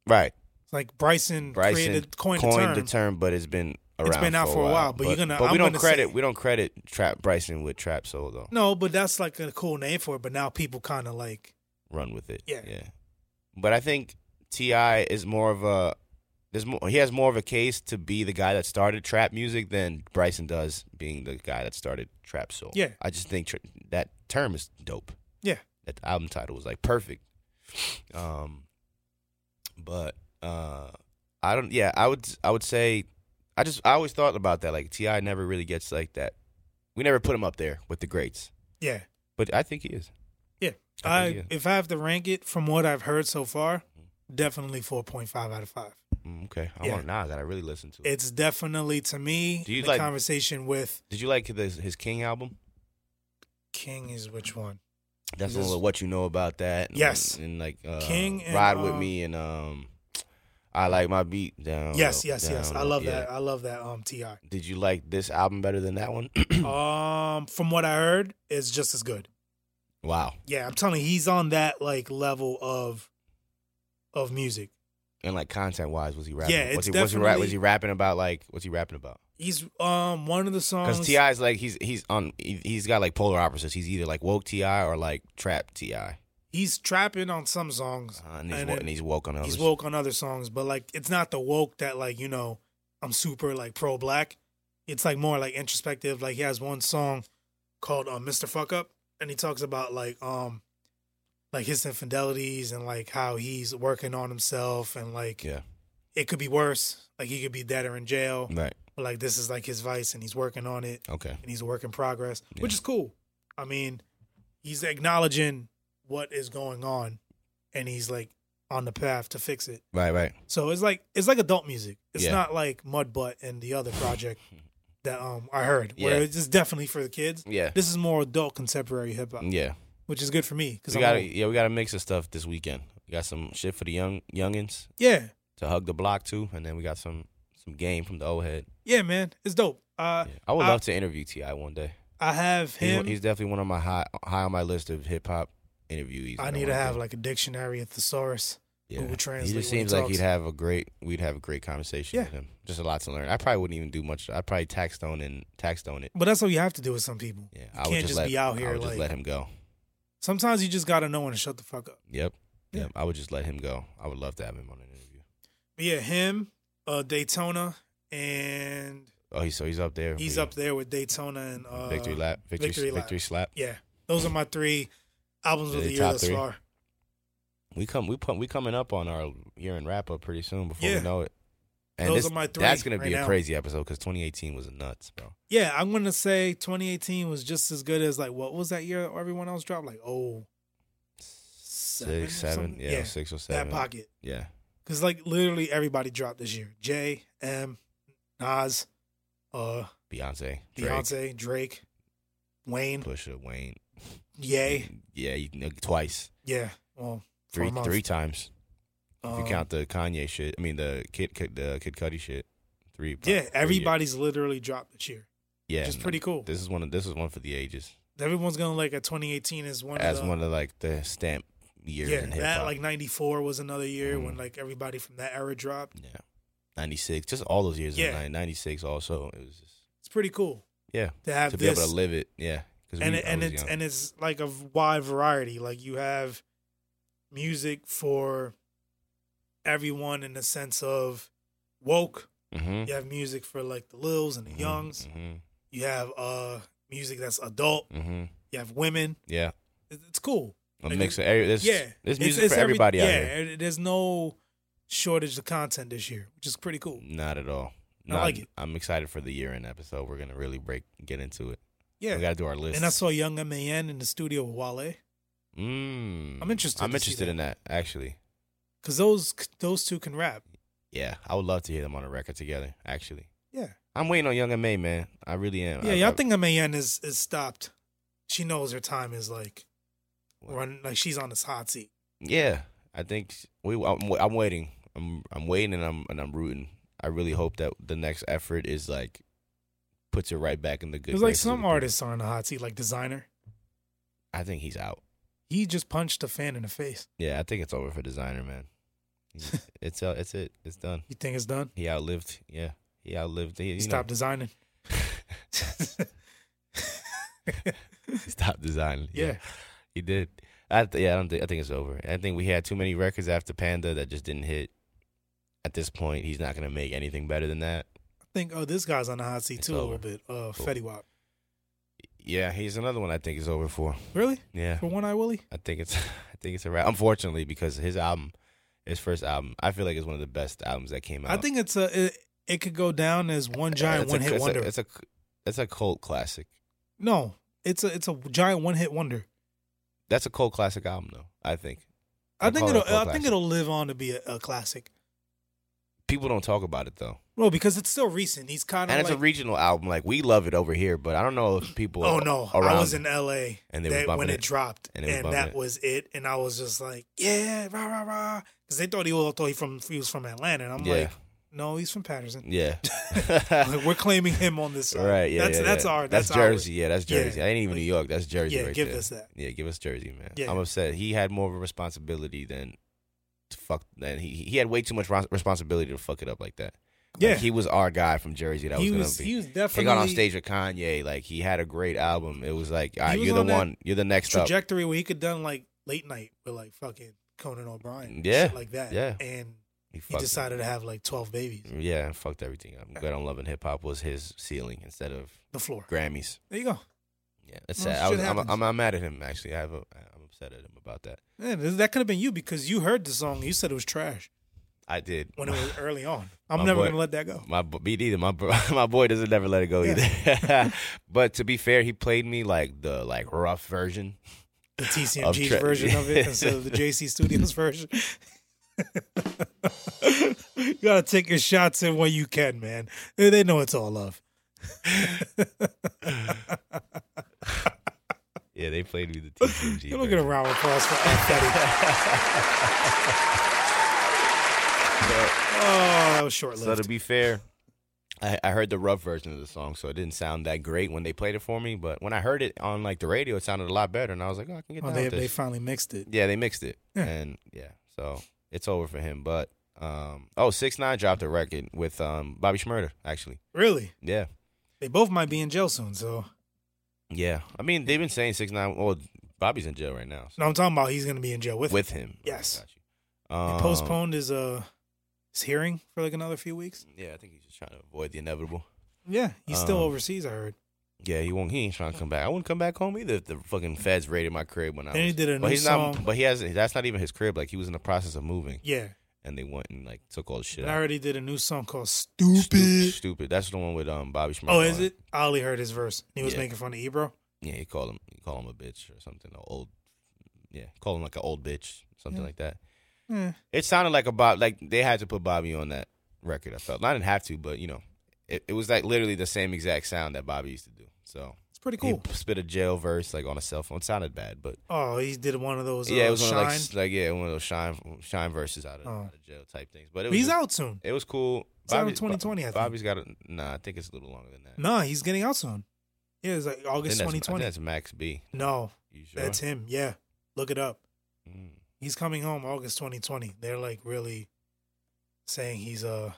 [SPEAKER 2] Right.
[SPEAKER 1] It's like Bryson,
[SPEAKER 2] Bryson
[SPEAKER 1] created coined, the term.
[SPEAKER 2] but it's been around.
[SPEAKER 1] It's been out for a while, but you're gonna-
[SPEAKER 2] But we
[SPEAKER 1] I'm
[SPEAKER 2] don't
[SPEAKER 1] gonna
[SPEAKER 2] credit.
[SPEAKER 1] say-
[SPEAKER 2] We don't credit Trap Bryson with Trap Soul though.
[SPEAKER 1] No, but that's like a cool name for it. But now people kind of like
[SPEAKER 2] Run with it.
[SPEAKER 1] Yeah.
[SPEAKER 2] Yeah. But I think Ti is more of a. There's more, he has more of a case to be the guy that started trap music than Bryson does being the guy that started trap soul.
[SPEAKER 1] Yeah.
[SPEAKER 2] I just think tr that term is dope.
[SPEAKER 1] Yeah.
[SPEAKER 2] that the album title was like perfect. Um, but uh, I don't. Yeah, I would. I would say. I just. I always thought about that. Like Ti never really gets like that. We never put him up there with the greats,
[SPEAKER 1] yeah,
[SPEAKER 2] but I think he is.
[SPEAKER 1] yeah.
[SPEAKER 2] I
[SPEAKER 1] I,
[SPEAKER 2] think he
[SPEAKER 1] if I have to rank it from what I've heard so far,
[SPEAKER 2] Mm-hmm.
[SPEAKER 1] definitely four point five out of five.
[SPEAKER 2] Mm, okay, I
[SPEAKER 1] Yeah.
[SPEAKER 2] want to now that I really listened to it.
[SPEAKER 1] It's definitely to me
[SPEAKER 2] Do you
[SPEAKER 1] the
[SPEAKER 2] like-
[SPEAKER 1] conversation with
[SPEAKER 2] Did you like his, his King album?
[SPEAKER 1] King is which one?
[SPEAKER 2] That's a
[SPEAKER 1] This-
[SPEAKER 2] little what you know about that. And,
[SPEAKER 1] Yes.
[SPEAKER 2] and like uh,
[SPEAKER 1] King and,
[SPEAKER 2] ride with
[SPEAKER 1] um,
[SPEAKER 2] me and um, I like my beat down.
[SPEAKER 1] yes,
[SPEAKER 2] low,
[SPEAKER 1] yes, yes.
[SPEAKER 2] down
[SPEAKER 1] I
[SPEAKER 2] low.
[SPEAKER 1] love
[SPEAKER 2] Oh, Yeah.
[SPEAKER 1] that. I love that. Um, Ti.
[SPEAKER 2] Did you like this album better than that one?
[SPEAKER 1] um, from what I heard, it's just as good.
[SPEAKER 2] wow.
[SPEAKER 1] Yeah, I'm telling you, he's on that like level of of music.
[SPEAKER 2] And like content wise, was he rapping?
[SPEAKER 1] Yeah,
[SPEAKER 2] was
[SPEAKER 1] it's
[SPEAKER 2] he, was he, ra- was
[SPEAKER 1] definitely-
[SPEAKER 2] he rapping about like what's he rapping about?
[SPEAKER 1] He's um one of the
[SPEAKER 2] Because
[SPEAKER 1] songs.
[SPEAKER 2] Ti is like he's he's on he- he's got like polar opposites. He's either like woke Ti or like trap Ti, uh,
[SPEAKER 1] he's trapping on some songs.
[SPEAKER 2] and, he's,
[SPEAKER 1] And
[SPEAKER 2] wo-
[SPEAKER 1] it-
[SPEAKER 2] and he's woke on others.
[SPEAKER 1] He's woke on other songs, but like it's not the woke that like you know I'm super like pro black. It's like more like introspective. Like he has one song called uh, "Mr. Fuck Up," and he talks about like um like his infidelities and like how he's working on himself and like
[SPEAKER 2] Yeah.
[SPEAKER 1] it could be worse. Like he could be dead or in jail.
[SPEAKER 2] Right.
[SPEAKER 1] But like this is like his vice, and he's working on it,
[SPEAKER 2] Okay.
[SPEAKER 1] and he's a work in progress, which
[SPEAKER 2] Yeah.
[SPEAKER 1] is cool. I mean, he's acknowledging what is going on, and he's like on the path to fix it.
[SPEAKER 2] Right. Right.
[SPEAKER 1] So it's like it's like adult music. It's
[SPEAKER 2] Yeah.
[SPEAKER 1] not like Mudbutt and the other project that um I heard, where
[SPEAKER 2] Yeah.
[SPEAKER 1] it's just definitely for the kids.
[SPEAKER 2] Yeah.
[SPEAKER 1] This is more adult contemporary hip hop,
[SPEAKER 2] Yeah.
[SPEAKER 1] which is good for me because
[SPEAKER 2] We
[SPEAKER 1] I'm
[SPEAKER 2] got
[SPEAKER 1] old.
[SPEAKER 2] yeah we got a mix of stuff this weekend. We got some shit for the young youngins
[SPEAKER 1] yeah,
[SPEAKER 2] to hug the block to, and then we got some some game from the old head.
[SPEAKER 1] yeah, man, it's dope. Uh,
[SPEAKER 2] Yeah. I would
[SPEAKER 1] I-
[SPEAKER 2] love to interview Ti one day.
[SPEAKER 1] I have
[SPEAKER 2] He's,
[SPEAKER 1] him.
[SPEAKER 2] one- he's definitely one of my high high on my list of hip hop interviewees.
[SPEAKER 1] I
[SPEAKER 2] that
[SPEAKER 1] need to
[SPEAKER 2] wanna
[SPEAKER 1] have
[SPEAKER 2] do.
[SPEAKER 1] like a dictionary, a thesaurus.
[SPEAKER 2] yeah.
[SPEAKER 1] Google Translate
[SPEAKER 2] He
[SPEAKER 1] when
[SPEAKER 2] just
[SPEAKER 1] he
[SPEAKER 2] seems like
[SPEAKER 1] talks.
[SPEAKER 2] he'd have a great we'd have a great conversation
[SPEAKER 1] Yeah.
[SPEAKER 2] with him. Just a lot to learn. I probably wouldn't even do much. I'd probably tax stone and tax stone it.
[SPEAKER 1] But that's what you have to do with some people.
[SPEAKER 2] Yeah,
[SPEAKER 1] you
[SPEAKER 2] I would
[SPEAKER 1] can't
[SPEAKER 2] just,
[SPEAKER 1] just
[SPEAKER 2] let,
[SPEAKER 1] be out
[SPEAKER 2] I
[SPEAKER 1] here
[SPEAKER 2] would
[SPEAKER 1] like.
[SPEAKER 2] just let him go.
[SPEAKER 1] Sometimes you just gotta know when to shut the fuck up.
[SPEAKER 2] Yep.
[SPEAKER 1] Yeah.
[SPEAKER 2] Yep. I would just let him go. I would love to have him on an interview.
[SPEAKER 1] But yeah, him, uh, Daytona, and
[SPEAKER 2] Oh, he's so he's up there.
[SPEAKER 1] he's
[SPEAKER 2] Yeah.
[SPEAKER 1] up there with Daytona and uh,
[SPEAKER 2] victory lap, victory,
[SPEAKER 1] Victory
[SPEAKER 2] victory,
[SPEAKER 1] Lap.
[SPEAKER 2] slap.
[SPEAKER 1] Yeah, those are my three albums of
[SPEAKER 2] The
[SPEAKER 1] the year
[SPEAKER 2] top
[SPEAKER 1] thus
[SPEAKER 2] three?
[SPEAKER 1] far.
[SPEAKER 2] We come, we put, we coming up on our year in wrap up pretty soon before
[SPEAKER 1] Yeah.
[SPEAKER 2] we know it. And
[SPEAKER 1] Those
[SPEAKER 2] this,
[SPEAKER 1] are my three
[SPEAKER 2] that's gonna
[SPEAKER 1] right
[SPEAKER 2] be a
[SPEAKER 1] now.
[SPEAKER 2] crazy episode because 2018 was nuts, bro.
[SPEAKER 1] Yeah, I'm gonna say 2018 was just as good as like what was that year everyone else dropped like oh seven
[SPEAKER 2] Six,
[SPEAKER 1] or
[SPEAKER 2] seven,
[SPEAKER 1] something?
[SPEAKER 2] yeah, six or
[SPEAKER 1] that
[SPEAKER 2] seven.
[SPEAKER 1] pocket
[SPEAKER 2] Yeah,
[SPEAKER 1] because like literally everybody dropped this year. J M Nas, uh,
[SPEAKER 2] Beyonce, Drake,
[SPEAKER 1] Beyonce, Drake, Wayne,
[SPEAKER 2] Pusha, Wayne.
[SPEAKER 1] Yay,
[SPEAKER 2] Yeah, you can uh, twice,
[SPEAKER 1] yeah, well for a
[SPEAKER 2] three,
[SPEAKER 1] month.
[SPEAKER 2] three times if
[SPEAKER 1] Um,
[SPEAKER 2] you count the Kanye shit. I mean the Kid, Kid the Kid Cudi shit. Three. pro-
[SPEAKER 1] Yeah,
[SPEAKER 2] three
[SPEAKER 1] everybody's literally dropped this year,
[SPEAKER 2] years. Yeah,
[SPEAKER 1] which is pretty cool.
[SPEAKER 2] This is one. Of, this is one for the ages.
[SPEAKER 1] Everyone's gonna like at 2018 is one
[SPEAKER 2] As
[SPEAKER 1] of the
[SPEAKER 2] one of like the stamp years
[SPEAKER 1] yeah
[SPEAKER 2] in hip
[SPEAKER 1] that
[SPEAKER 2] hop.
[SPEAKER 1] like 94 was another year when
[SPEAKER 2] Mhm.
[SPEAKER 1] like everybody from that era dropped.
[SPEAKER 2] Yeah. 96, just all those years.
[SPEAKER 1] Yeah.
[SPEAKER 2] Yeah. 96 also. It was just,
[SPEAKER 1] It's pretty cool
[SPEAKER 2] yeah.
[SPEAKER 1] to have
[SPEAKER 2] to be
[SPEAKER 1] this
[SPEAKER 2] able to live it. Yeah. 'Cause
[SPEAKER 1] and
[SPEAKER 2] we-
[SPEAKER 1] it,
[SPEAKER 2] I
[SPEAKER 1] and
[SPEAKER 2] was
[SPEAKER 1] it's
[SPEAKER 2] young.
[SPEAKER 1] and it's like a wide variety. Like you have music for everyone in the sense of woke.
[SPEAKER 2] Mhm,
[SPEAKER 1] You have music for like the lils and the
[SPEAKER 2] mhm,
[SPEAKER 1] youngs.
[SPEAKER 2] mhm,
[SPEAKER 1] You have uh music that's adult.
[SPEAKER 2] mhm.
[SPEAKER 1] You have women.
[SPEAKER 2] Yeah.
[SPEAKER 1] It- It's cool.
[SPEAKER 2] Mm-hmm. A
[SPEAKER 1] Like, uh,
[SPEAKER 2] mix of every, there's,
[SPEAKER 1] yeah,
[SPEAKER 2] there's
[SPEAKER 1] It's-
[SPEAKER 2] music
[SPEAKER 1] it's
[SPEAKER 2] for
[SPEAKER 1] every-
[SPEAKER 2] everybody out
[SPEAKER 1] yeah,
[SPEAKER 2] here.
[SPEAKER 1] and there's no shortage of content this year, which is pretty cool.
[SPEAKER 2] Not at all.
[SPEAKER 1] I like it.
[SPEAKER 2] I'm excited for the year end episode. We're going to really break, get into it. We
[SPEAKER 1] Yeah,
[SPEAKER 2] got to do our list.
[SPEAKER 1] and I saw Young M.A.N. in the studio with Wale.
[SPEAKER 2] Mm.
[SPEAKER 1] I'm interested
[SPEAKER 2] I'm
[SPEAKER 1] to see
[SPEAKER 2] interested in that, actually.
[SPEAKER 1] Cause those those two can rap.
[SPEAKER 2] Yeah. I would love to hear them on a record together, actually.
[SPEAKER 1] Yeah.
[SPEAKER 2] I'm waiting on Young and May, man. I really am.
[SPEAKER 1] Yeah,
[SPEAKER 2] I,
[SPEAKER 1] y'all
[SPEAKER 2] I-
[SPEAKER 1] think MAN is is stopped. She knows her time is like
[SPEAKER 2] What?
[SPEAKER 1] run like she's on this hot seat.
[SPEAKER 2] Yeah, I think s- we. I'm, I'm waiting. I'm I'm waiting, and I'm and I'm rooting. I really hope that the next effort is like puts it right back in the good.
[SPEAKER 1] Because like
[SPEAKER 2] graces of
[SPEAKER 1] some
[SPEAKER 2] the people.
[SPEAKER 1] artists are on the hot seat, like designer.
[SPEAKER 2] I think he's out.
[SPEAKER 1] He just punched a fan in the face.
[SPEAKER 2] Yeah, I think it's over for designer man. He's- it's out. It's it. It's done.
[SPEAKER 1] You think it's done?
[SPEAKER 2] He outlived. Yeah, he outlived. He, you
[SPEAKER 1] He
[SPEAKER 2] know,
[SPEAKER 1] stopped designing.
[SPEAKER 2] he stopped designing.
[SPEAKER 1] Yeah.
[SPEAKER 2] he did. I th- yeah, I don't think I think it's over. I think we had too many records after Panda that just didn't hit. At this point, he's not gonna make anything better than that.
[SPEAKER 1] I think oh this guy's on the hot seat
[SPEAKER 2] It's
[SPEAKER 1] too a little
[SPEAKER 2] over.
[SPEAKER 1] bit. Uh
[SPEAKER 2] Cool.
[SPEAKER 1] Fetty Wap.
[SPEAKER 2] Yeah, he's another one I think is over for.
[SPEAKER 1] Really?
[SPEAKER 2] Yeah.
[SPEAKER 1] For one eye Willie?
[SPEAKER 2] I think it's I think it's a wrap. Unfortunately, because his album, his first album, I feel like it's one of the best albums that came out.
[SPEAKER 1] I think it's a it, it could go down as one giant
[SPEAKER 2] It's a-
[SPEAKER 1] one hit
[SPEAKER 2] it's a-
[SPEAKER 1] wonder.
[SPEAKER 2] It's a it's a cult classic.
[SPEAKER 1] no. It's a it's a giant one hit wonder.
[SPEAKER 2] That's a cult classic album, though. I think.
[SPEAKER 1] I
[SPEAKER 2] I'd
[SPEAKER 1] think
[SPEAKER 2] call it a
[SPEAKER 1] it'll
[SPEAKER 2] cult
[SPEAKER 1] I think
[SPEAKER 2] classic.
[SPEAKER 1] it'll live on to be a, a classic.
[SPEAKER 2] people don't talk about it though.
[SPEAKER 1] Well, because it's still recent. He's kind of
[SPEAKER 2] And it's
[SPEAKER 1] like,
[SPEAKER 2] a region regional album. Like we love it over here, but I don't know if people.
[SPEAKER 1] oh no,
[SPEAKER 2] around
[SPEAKER 1] I was in L.A.
[SPEAKER 2] And they were
[SPEAKER 1] that,
[SPEAKER 2] bumping
[SPEAKER 1] when it,
[SPEAKER 2] it.
[SPEAKER 1] dropped,
[SPEAKER 2] And
[SPEAKER 1] and,
[SPEAKER 2] they were bumping
[SPEAKER 1] that
[SPEAKER 2] it.
[SPEAKER 1] was it. And I was just like, yeah, rah rah rah, because they thought he was, thought he from he was from Atlanta, and I'm
[SPEAKER 2] Yeah.
[SPEAKER 1] like, no, he's from Patterson.
[SPEAKER 2] Yeah.
[SPEAKER 1] Like, we're claiming him on this. side.
[SPEAKER 2] right. Yeah.
[SPEAKER 1] that's
[SPEAKER 2] yeah,
[SPEAKER 1] that's
[SPEAKER 2] yeah.
[SPEAKER 1] our
[SPEAKER 2] That's,
[SPEAKER 1] that's,
[SPEAKER 2] Jersey. Yeah. That's
[SPEAKER 1] Yeah.
[SPEAKER 2] Jersey. I ain't even New York. That's Jersey.
[SPEAKER 1] yeah,
[SPEAKER 2] right
[SPEAKER 1] give
[SPEAKER 2] there.
[SPEAKER 1] us that.
[SPEAKER 2] Yeah. Give us Jersey, man.
[SPEAKER 1] Yeah.
[SPEAKER 2] I'm upset. He had more of a responsibility than to fuck. Than he he had way too much ro- responsibility to fuck it up like that. Like,
[SPEAKER 1] Yeah,
[SPEAKER 2] he was our guy from Jersey. That
[SPEAKER 1] he
[SPEAKER 2] was,
[SPEAKER 1] was
[SPEAKER 2] gonna be.
[SPEAKER 1] he was
[SPEAKER 2] He
[SPEAKER 1] definitely
[SPEAKER 2] got on stage with Kanye. Like he had a great album. It was like, all right,
[SPEAKER 1] was
[SPEAKER 2] you're the
[SPEAKER 1] on that
[SPEAKER 2] one. You're the next up.
[SPEAKER 1] trajectory where he could done like late night with like fucking Conan O'Brien,
[SPEAKER 2] Yeah,
[SPEAKER 1] shit like that.
[SPEAKER 2] yeah. Mm.
[SPEAKER 1] and he
[SPEAKER 2] fucked it.
[SPEAKER 1] decided to have like twelve babies.
[SPEAKER 2] Yeah, and fucked everything up. I'm glad I'm loving hip hop was his ceiling instead of
[SPEAKER 1] The floor.
[SPEAKER 2] Grammys.
[SPEAKER 1] There you go.
[SPEAKER 2] Yeah, that's
[SPEAKER 1] Well,
[SPEAKER 2] sad. I
[SPEAKER 1] shit
[SPEAKER 2] was, I'm,
[SPEAKER 1] happens.
[SPEAKER 2] I'm, I'm mad at him actually. I have a, I'm upset at him about that.
[SPEAKER 1] Yeah, th- that could have been you because you heard the song. You said it was trash
[SPEAKER 2] I did.
[SPEAKER 1] when it was early on. I'm
[SPEAKER 2] My
[SPEAKER 1] never
[SPEAKER 2] boy-
[SPEAKER 1] gonna let that go.
[SPEAKER 2] my bo- me neither. My bro- my boy doesn't never let it go either. but to be fair, he played me like the like rough version.
[SPEAKER 1] The
[SPEAKER 2] Of
[SPEAKER 1] TCMG's
[SPEAKER 2] tra-
[SPEAKER 1] version of it instead of the JC Studios version. you gotta take your shots in when you can, man. They they know it's all love.
[SPEAKER 2] Yeah, they played me the TCG.
[SPEAKER 1] You're looking around with applause for F. Daddy. oh, that was short
[SPEAKER 2] So
[SPEAKER 1] lived.
[SPEAKER 2] to be fair, I, I heard the rough version of the song, so it didn't sound that great when they played it for me. But when I heard it on like the radio, it sounded a lot better, and I was like, oh, I can get
[SPEAKER 1] Oh,
[SPEAKER 2] down
[SPEAKER 1] they
[SPEAKER 2] with this.
[SPEAKER 1] they finally mixed it.
[SPEAKER 2] Yeah, they mixed it,
[SPEAKER 1] Yeah.
[SPEAKER 2] and yeah, so it's over for him. But um, oh, six nine dropped a record with um Bobby Schmurda actually.
[SPEAKER 1] Really,
[SPEAKER 2] Yeah,
[SPEAKER 1] they both might be in jail soon. So
[SPEAKER 2] yeah. I mean, they've been saying six nine. Well, Bobby's in jail right now so-
[SPEAKER 1] no, I'm talking about he's gonna be in jail with.
[SPEAKER 2] with him.
[SPEAKER 1] Yes.
[SPEAKER 2] Got you. Um,
[SPEAKER 1] They postponed his uh his hearing for like another few weeks.
[SPEAKER 2] Um, Yeah, I think he's just trying to avoid the inevitable.
[SPEAKER 1] Yeah, he's still
[SPEAKER 2] Um,
[SPEAKER 1] overseas. I heard.
[SPEAKER 2] Yeah, he won't. He ain't trying to come back. I wouldn't come back home either if the fucking feds raided my crib when I.
[SPEAKER 1] Then he
[SPEAKER 2] was-
[SPEAKER 1] did a
[SPEAKER 2] but
[SPEAKER 1] new
[SPEAKER 2] he's
[SPEAKER 1] song.
[SPEAKER 2] Not, but he has. That's not even his crib. Like he was in the process of moving,
[SPEAKER 1] Yeah,
[SPEAKER 2] and they went and like took all the shit.
[SPEAKER 1] and I
[SPEAKER 2] out.
[SPEAKER 1] already did a new song called
[SPEAKER 2] Stupid.
[SPEAKER 1] "Stupid."
[SPEAKER 2] Stupid. That's the one with um Bobby Schmurda.
[SPEAKER 1] Oh,
[SPEAKER 2] on
[SPEAKER 1] is it? I only heard his verse. He was
[SPEAKER 2] Yeah.
[SPEAKER 1] making fun of Ebro.
[SPEAKER 2] Yeah, he called him he called him a bitch or something. Or old yeah, call him like an old bitch, something like that.
[SPEAKER 1] Yeah.
[SPEAKER 2] It sounded like a Bob like they had to put Bobby on that record, I felt. I didn't have to, but you know. It, it was like literally the same exact sound that Bobby used to do. So
[SPEAKER 1] It's pretty cool.
[SPEAKER 2] he spit a jail verse like on a cell phone. It sounded bad, but
[SPEAKER 1] oh, he did one of those.
[SPEAKER 2] yeah,
[SPEAKER 1] uh,
[SPEAKER 2] it was one
[SPEAKER 1] Shine.
[SPEAKER 2] of like, like yeah, one of those shine shine verses out of,
[SPEAKER 1] Oh.
[SPEAKER 2] out of jail type things. But it
[SPEAKER 1] But
[SPEAKER 2] was
[SPEAKER 1] he's
[SPEAKER 2] just-
[SPEAKER 1] out soon.
[SPEAKER 2] It was cool.
[SPEAKER 1] It's out in
[SPEAKER 2] Bobby-
[SPEAKER 1] 2020, I think.
[SPEAKER 2] Bobby's got a nah. I think it's a little longer than that.
[SPEAKER 1] No, he's getting out soon. Yeah, it's like
[SPEAKER 2] I think
[SPEAKER 1] August
[SPEAKER 2] that's, I think
[SPEAKER 1] 2020.
[SPEAKER 2] that's Max B.
[SPEAKER 1] No,
[SPEAKER 2] You sure?
[SPEAKER 1] that's him. Yeah, look it up.
[SPEAKER 2] Mm.
[SPEAKER 1] He's coming home August 2020. They're like really saying he's uh.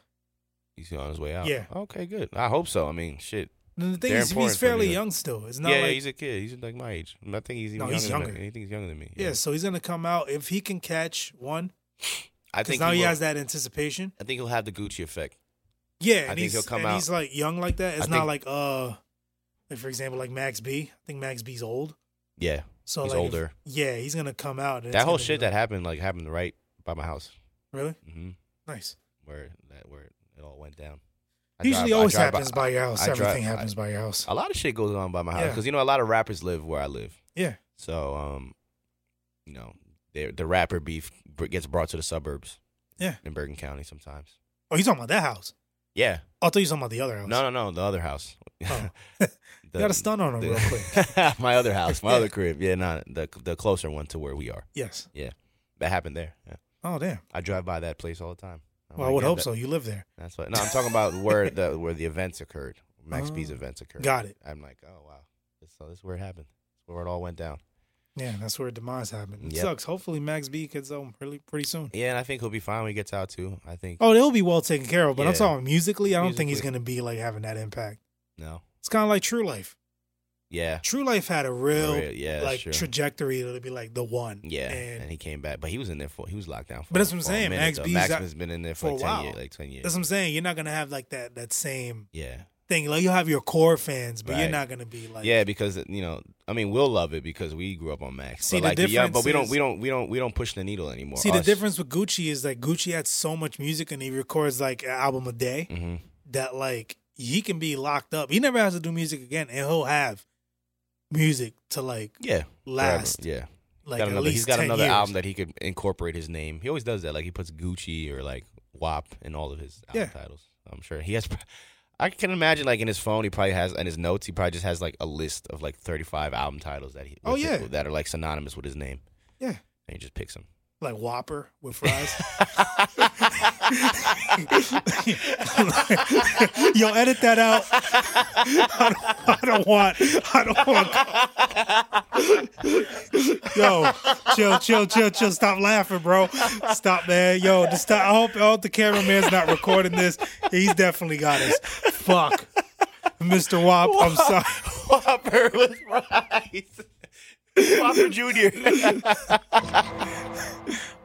[SPEAKER 2] He's on his way out.
[SPEAKER 1] Yeah.
[SPEAKER 2] Okay, good. I hope so. I mean, shit.
[SPEAKER 1] And the thing
[SPEAKER 2] They're
[SPEAKER 1] is, he's
[SPEAKER 2] important for
[SPEAKER 1] fairly
[SPEAKER 2] music.
[SPEAKER 1] young still. It's not
[SPEAKER 2] yeah, yeah,
[SPEAKER 1] like
[SPEAKER 2] he's a kid. He's like my age. I think he's even
[SPEAKER 1] No,
[SPEAKER 2] younger.
[SPEAKER 1] he's
[SPEAKER 2] Than,
[SPEAKER 1] younger.
[SPEAKER 2] I think he's younger than me.
[SPEAKER 1] yeah. So he's gonna come out if he can catch one.
[SPEAKER 2] I
[SPEAKER 1] Because
[SPEAKER 2] think
[SPEAKER 1] now he,
[SPEAKER 2] will,
[SPEAKER 1] has that anticipation.
[SPEAKER 2] I think he'll have the Gucci effect.
[SPEAKER 1] Yeah, and
[SPEAKER 2] think
[SPEAKER 1] he's,
[SPEAKER 2] he'll come
[SPEAKER 1] and
[SPEAKER 2] out-
[SPEAKER 1] he's like young like that. It's
[SPEAKER 2] I
[SPEAKER 1] not like
[SPEAKER 2] think-
[SPEAKER 1] uh, like for example, like Max B. I think Max B's old.
[SPEAKER 2] Yeah.
[SPEAKER 1] So
[SPEAKER 2] He's
[SPEAKER 1] like, if-
[SPEAKER 2] older.
[SPEAKER 1] yeah, he's gonna come out. and
[SPEAKER 2] that
[SPEAKER 1] it's
[SPEAKER 2] whole
[SPEAKER 1] gonna be
[SPEAKER 2] shit that
[SPEAKER 1] like-
[SPEAKER 2] happened, like happened right by my house.
[SPEAKER 1] really
[SPEAKER 2] hmm
[SPEAKER 1] nice.
[SPEAKER 2] Where that where it all went down. I
[SPEAKER 1] Usually,
[SPEAKER 2] drive- I
[SPEAKER 1] always
[SPEAKER 2] drive
[SPEAKER 1] happens by, your house.
[SPEAKER 2] I drive-
[SPEAKER 1] Everything
[SPEAKER 2] I- Oh.
[SPEAKER 1] happens by your house.
[SPEAKER 2] A lot of shit goes on by my house
[SPEAKER 1] Yeah.
[SPEAKER 2] because you know a lot of rappers live where I live.
[SPEAKER 1] yeah,
[SPEAKER 2] So um, you know, the the rapper beef br- gets brought to the suburbs.
[SPEAKER 1] Yeah.
[SPEAKER 2] In Bergen County sometimes.
[SPEAKER 1] Oh, you talking about that house?
[SPEAKER 2] Yeah.
[SPEAKER 1] Oh, I thought you were talking about the other house.
[SPEAKER 2] No, no, no. The other house.
[SPEAKER 1] Oh.
[SPEAKER 2] The-
[SPEAKER 1] you got a stun on him real quick.
[SPEAKER 2] my other house, my
[SPEAKER 1] Yeah.
[SPEAKER 2] other crib. Yeah, not the the closer one to where we are.
[SPEAKER 1] Yes.
[SPEAKER 2] That happened there. Yeah.
[SPEAKER 1] Oh damn.
[SPEAKER 2] I drive by that place all the time. I'm
[SPEAKER 1] Well, I
[SPEAKER 2] like,
[SPEAKER 1] would
[SPEAKER 2] yeah,
[SPEAKER 1] hope
[SPEAKER 2] Oh, that-
[SPEAKER 1] so. You live there.
[SPEAKER 2] That's what. No, I'm talking about where the where the events occurred. Max B's
[SPEAKER 1] Oh.
[SPEAKER 2] events occurred.
[SPEAKER 1] Got it.
[SPEAKER 2] I'm like, oh wow, this, so this is where it happened. This is where it all went down.
[SPEAKER 1] Yeah, that's where demise happened. It
[SPEAKER 2] Yep.
[SPEAKER 1] sucks. Hopefully, Max B gets home really pretty soon.
[SPEAKER 2] Yeah, and I think he'll be fine when he gets out too. I think.
[SPEAKER 1] Oh, they'll be well taken care of. But I'm
[SPEAKER 2] Yeah.
[SPEAKER 1] talking musically. I don't think he's
[SPEAKER 2] Musically.
[SPEAKER 1] gonna be like having that impact.
[SPEAKER 2] No.
[SPEAKER 1] It's kind of like True Life.
[SPEAKER 2] Yeah.
[SPEAKER 1] True Life had a real
[SPEAKER 2] Real- yeah, that's
[SPEAKER 1] like
[SPEAKER 2] true.
[SPEAKER 1] trajectory to be like the one.
[SPEAKER 2] Yeah, and,
[SPEAKER 1] and,
[SPEAKER 2] he came back, but he was in there for he was locked down for.
[SPEAKER 1] But that's what I'm
[SPEAKER 2] for a
[SPEAKER 1] saying,
[SPEAKER 2] minute,
[SPEAKER 1] Max
[SPEAKER 2] though.
[SPEAKER 1] B's
[SPEAKER 2] Max
[SPEAKER 1] out
[SPEAKER 2] has been in there
[SPEAKER 1] for
[SPEAKER 2] for,
[SPEAKER 1] a
[SPEAKER 2] ten
[SPEAKER 1] while.
[SPEAKER 2] years, like ten years.
[SPEAKER 1] that's what I'm saying. You're not gonna have like that that same
[SPEAKER 2] yeah.
[SPEAKER 1] thing. Like you'll have your core fans, but you're
[SPEAKER 2] Right.
[SPEAKER 1] not gonna be like
[SPEAKER 2] yeah, because you know, I mean, we'll love it because we grew up on Max.
[SPEAKER 1] See,
[SPEAKER 2] but
[SPEAKER 1] the
[SPEAKER 2] like, yeah, but we don't,
[SPEAKER 1] difference
[SPEAKER 2] we don't, we don't, we don't push the needle anymore.
[SPEAKER 1] See
[SPEAKER 2] Us-
[SPEAKER 1] the difference with Gucci is that Gucci had so much music and he records like an album a day
[SPEAKER 2] Mhm.
[SPEAKER 1] that like he can be locked up. He never has to do music again, and he'll have music to like
[SPEAKER 2] Yeah,
[SPEAKER 1] last
[SPEAKER 2] Forever. Yeah,
[SPEAKER 1] like
[SPEAKER 2] got
[SPEAKER 1] at
[SPEAKER 2] another,
[SPEAKER 1] least
[SPEAKER 2] he's got
[SPEAKER 1] 10
[SPEAKER 2] another
[SPEAKER 1] years.
[SPEAKER 2] album that he could incorporate his name. He always does that. Like he puts Gucci or like WAP in all of his album
[SPEAKER 1] Yeah.
[SPEAKER 2] titles. I'm sure he has. I can imagine like in his phone, he probably has in his notes, he probably just has like a list of like 35 album titles that he
[SPEAKER 1] Oh, yeah.
[SPEAKER 2] that are like synonymous with his name,
[SPEAKER 1] Yeah.
[SPEAKER 2] and he just picks them.
[SPEAKER 1] Like Whopper with fries. Yo, edit that out. I don't, I don't want. I don't want. Yo, chill, chill, chill, chill. Stop laughing, bro. Stop, man. Yo, just stop. I hope, I hope the cameraman's not recording this. He's definitely got us. Fuck, Mr. Wop. I'm sorry.
[SPEAKER 2] Whopper with fries. Whopper Junior.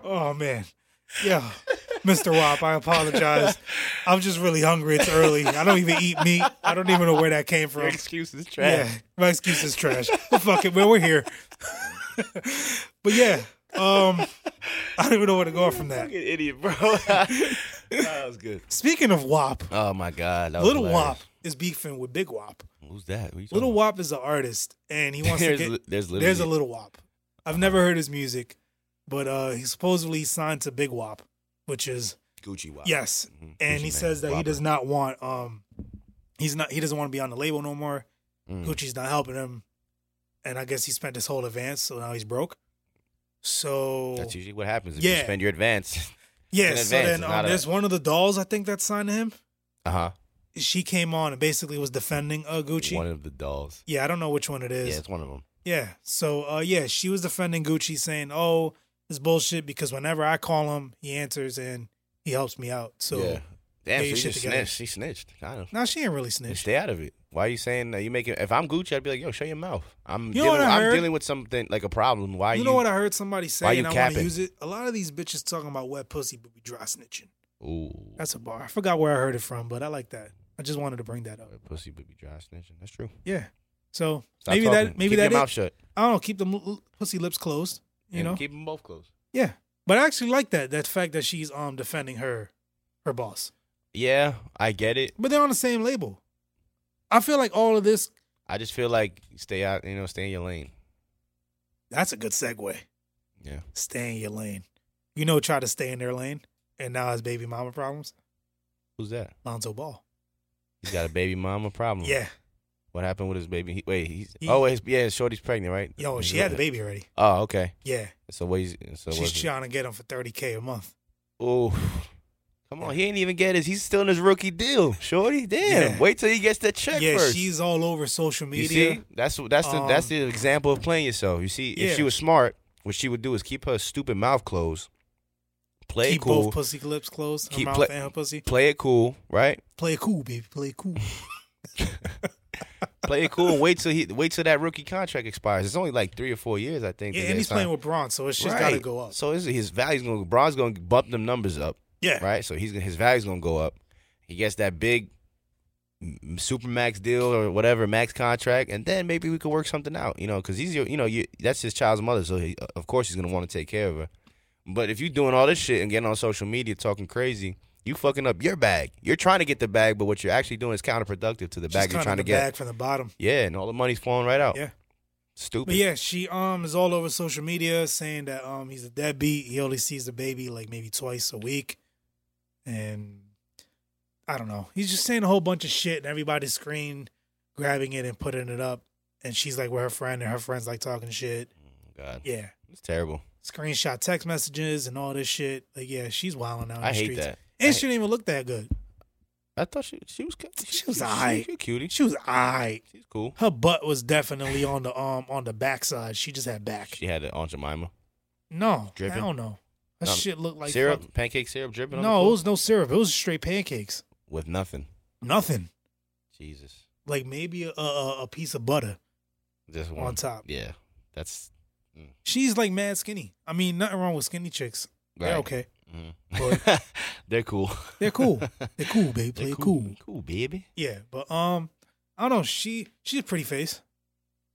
[SPEAKER 1] Oh man. Yeah. Mr. Wop, I apologize. I'm just really hungry. It's early. I don't even eat meat. I don't even know where that came from.
[SPEAKER 2] Excuse is
[SPEAKER 1] Yeah. My excuse is trash. But fuck it, man. We're here. but yeah. Um I don't even know where to go from that.
[SPEAKER 2] Fucking idiot, bro. that was good.
[SPEAKER 1] Speaking of Wop,
[SPEAKER 2] Oh my god, that was
[SPEAKER 1] Little
[SPEAKER 2] hilarious.
[SPEAKER 1] Wop is beefing with Big Wop.
[SPEAKER 2] Who's that? Who you
[SPEAKER 1] Little
[SPEAKER 2] talking
[SPEAKER 1] Wop is an artist and he
[SPEAKER 2] about?
[SPEAKER 1] wants
[SPEAKER 2] There's,
[SPEAKER 1] to get
[SPEAKER 2] li- there's little.
[SPEAKER 1] There's a little wop. I've never heard his music, but uh he's supposedly signed to Big Wop, which is
[SPEAKER 2] Gucci Wop.
[SPEAKER 1] Yes.
[SPEAKER 2] Mhm.
[SPEAKER 1] And
[SPEAKER 2] Gucci
[SPEAKER 1] he
[SPEAKER 2] Mane,
[SPEAKER 1] says that he
[SPEAKER 2] Whopper.
[SPEAKER 1] does not want um he's not he doesn't want to be on the label no more.
[SPEAKER 2] Mm.
[SPEAKER 1] Gucci's not helping him. And I guess he spent his whole advance, so now he's broke. So
[SPEAKER 2] That's usually what happens if you
[SPEAKER 1] Yeah.
[SPEAKER 2] spend your advance.
[SPEAKER 1] yeah,
[SPEAKER 2] an
[SPEAKER 1] so
[SPEAKER 2] advance,
[SPEAKER 1] then
[SPEAKER 2] it's
[SPEAKER 1] um,
[SPEAKER 2] not a-
[SPEAKER 1] there's one of the dolls I think that signed to him.
[SPEAKER 2] Uh huh.
[SPEAKER 1] She came on and basically was defending uh Gucci.
[SPEAKER 2] One of the dolls.
[SPEAKER 1] yeah, I don't know which one it is.
[SPEAKER 2] Yeah, it's one of them.
[SPEAKER 1] Yeah. So uh yeah, she was defending Gucci saying, "Oh, this bullshit because whenever I call him, he answers and he helps me out." So
[SPEAKER 2] yeah. Damn,
[SPEAKER 1] get your
[SPEAKER 2] she
[SPEAKER 1] shit
[SPEAKER 2] just
[SPEAKER 1] together.
[SPEAKER 2] snitched. She snitched. Kind of.
[SPEAKER 1] now she ain't really
[SPEAKER 2] And
[SPEAKER 1] snitched.
[SPEAKER 2] stay out of it. Why are you saying that? You make it. If I'm Gucci, I'd be like, yo, show your mouth. I'm
[SPEAKER 1] You know
[SPEAKER 2] dealing,
[SPEAKER 1] what I
[SPEAKER 2] I'm
[SPEAKER 1] heard?
[SPEAKER 2] dealing with something like a problem. Why
[SPEAKER 1] You,
[SPEAKER 2] you?
[SPEAKER 1] know what I heard somebody say
[SPEAKER 2] you
[SPEAKER 1] and I want to
[SPEAKER 2] capping?
[SPEAKER 1] use it. A lot of these bitches talking about wet pussy but we dry snitching.
[SPEAKER 2] Ooh,
[SPEAKER 1] That's a bar. I forgot where I heard it from, but I like that. I just wanted to bring that up.
[SPEAKER 2] pussy would be dry snitching. That's true.
[SPEAKER 1] Yeah. So
[SPEAKER 2] Stop
[SPEAKER 1] maybe
[SPEAKER 2] talking.
[SPEAKER 1] that maybe
[SPEAKER 2] Keep
[SPEAKER 1] that
[SPEAKER 2] your mouth
[SPEAKER 1] it.
[SPEAKER 2] shut.
[SPEAKER 1] I don't know, keep them l- l- pussy lips closed, you
[SPEAKER 2] and
[SPEAKER 1] know.
[SPEAKER 2] keep them both closed.
[SPEAKER 1] yeah. But I actually like that that fact that she's um defending her her boss.
[SPEAKER 2] Yeah, I get it.
[SPEAKER 1] But they're on the same label. I feel like all of this.
[SPEAKER 2] I just feel like stay out. You know, stay in your lane.
[SPEAKER 1] That's a good segue.
[SPEAKER 2] Yeah.
[SPEAKER 1] Stay in your lane. You know, try to stay in their lane, and now has baby mama problems.
[SPEAKER 2] Who's that?
[SPEAKER 1] Lonzo Ball.
[SPEAKER 2] He's got a baby mama problem.
[SPEAKER 1] Yeah,
[SPEAKER 2] What happened with his baby? He, wait, he's
[SPEAKER 1] He-
[SPEAKER 2] oh wait, his- yeah, Shorty's pregnant, right?
[SPEAKER 1] yo, she had the baby already.
[SPEAKER 2] Oh, okay.
[SPEAKER 1] Yeah,
[SPEAKER 2] So what? He's, so
[SPEAKER 1] she's
[SPEAKER 2] what's
[SPEAKER 1] trying to get him for thirty k a month.
[SPEAKER 2] Oh, come on, he ain't even get his. He's still in his rookie deal, Shorty. Damn,
[SPEAKER 1] Yeah.
[SPEAKER 2] wait till he gets that check
[SPEAKER 1] yeah,
[SPEAKER 2] first.
[SPEAKER 1] she's all over social
[SPEAKER 2] you
[SPEAKER 1] media.
[SPEAKER 2] see, that's that's the that's
[SPEAKER 1] Um,
[SPEAKER 2] the example of playing yourself. You see,
[SPEAKER 1] yeah.
[SPEAKER 2] if she was smart, what she would do is keep her stupid mouth closed, play
[SPEAKER 1] Keep
[SPEAKER 2] it cool,
[SPEAKER 1] both pussy lips closed. Her
[SPEAKER 2] Keep
[SPEAKER 1] mouth
[SPEAKER 2] play-
[SPEAKER 1] and her pussy.
[SPEAKER 2] play it cool, right?
[SPEAKER 1] Play it cool, baby. Play it cool.
[SPEAKER 2] Play it cool and wait till he wait till that rookie contract expires. It's only like three or four years, I think.
[SPEAKER 1] yeah,
[SPEAKER 2] that
[SPEAKER 1] and
[SPEAKER 2] they
[SPEAKER 1] he's
[SPEAKER 2] signed.
[SPEAKER 1] playing with Braun, so it's just gotta
[SPEAKER 2] Right.
[SPEAKER 1] go up.
[SPEAKER 2] So his, his value's going to Braun's going to bump them numbers up,
[SPEAKER 1] yeah,
[SPEAKER 2] right? So he's gonna- his value's going to go up. He gets that big m- super max deal or whatever max contract, and then maybe we could work something out, you know? Because he's your, you know, you, that's his child's mother, so he, of course he's going to want to take care of her. But if you're doing all this shit and getting on social media talking crazy. You fucking up your bag. You're trying to get the bag, but what you're actually doing is counterproductive to the
[SPEAKER 1] She's
[SPEAKER 2] bag you're
[SPEAKER 1] kinda
[SPEAKER 2] trying to
[SPEAKER 1] the
[SPEAKER 2] get.
[SPEAKER 1] bag from the bottom.
[SPEAKER 2] Yeah, and all the money's flowing right out.
[SPEAKER 1] Yeah.
[SPEAKER 2] Stupid.
[SPEAKER 1] But yeah, she um is all over social media saying that um he's a deadbeat. He only sees the baby like maybe twice a week, and I don't know. He's just saying a whole bunch of shit, and everybody's screen grabbing it and putting it up. And she's like with her friend, and her friends like talking shit.
[SPEAKER 2] God.
[SPEAKER 1] Yeah,
[SPEAKER 2] It's terrible.
[SPEAKER 1] screenshot text messages and all this shit. Like yeah, she's wilding out. in
[SPEAKER 2] I
[SPEAKER 1] the
[SPEAKER 2] hate
[SPEAKER 1] streets.
[SPEAKER 2] that. I
[SPEAKER 1] And
[SPEAKER 2] hate-
[SPEAKER 1] she didn't even look that good.
[SPEAKER 2] I thought she she was cu-
[SPEAKER 1] She was aight.
[SPEAKER 2] She a cutie.
[SPEAKER 1] She was alright.
[SPEAKER 2] She's cool.
[SPEAKER 1] Her butt was definitely on the um on the backside. She just had back.
[SPEAKER 2] She had an Aunt Jemima
[SPEAKER 1] No, I
[SPEAKER 2] Dripping?
[SPEAKER 1] don't know. That
[SPEAKER 2] Um,
[SPEAKER 1] shit looked like
[SPEAKER 2] syrup,
[SPEAKER 1] fuck-
[SPEAKER 2] pancake syrup dripping. on the
[SPEAKER 1] No,
[SPEAKER 2] floor?
[SPEAKER 1] it was no syrup. It was straight pancakes.
[SPEAKER 2] with nothing.
[SPEAKER 1] Nothing.
[SPEAKER 2] Jesus,
[SPEAKER 1] Like maybe a a, a piece of butter.
[SPEAKER 2] just
[SPEAKER 1] On
[SPEAKER 2] one
[SPEAKER 1] top.
[SPEAKER 2] Yeah, that's
[SPEAKER 1] She's like mad skinny. I mean, nothing wrong with skinny chicks. They're
[SPEAKER 2] Right.
[SPEAKER 1] okay.
[SPEAKER 2] mhm.
[SPEAKER 1] But-
[SPEAKER 2] They're cool.
[SPEAKER 1] They're cool. They're cool, babe.
[SPEAKER 2] They're
[SPEAKER 1] Play cool.
[SPEAKER 2] cool. baby.
[SPEAKER 1] Yeah, but um, I don't know. She she's a pretty face,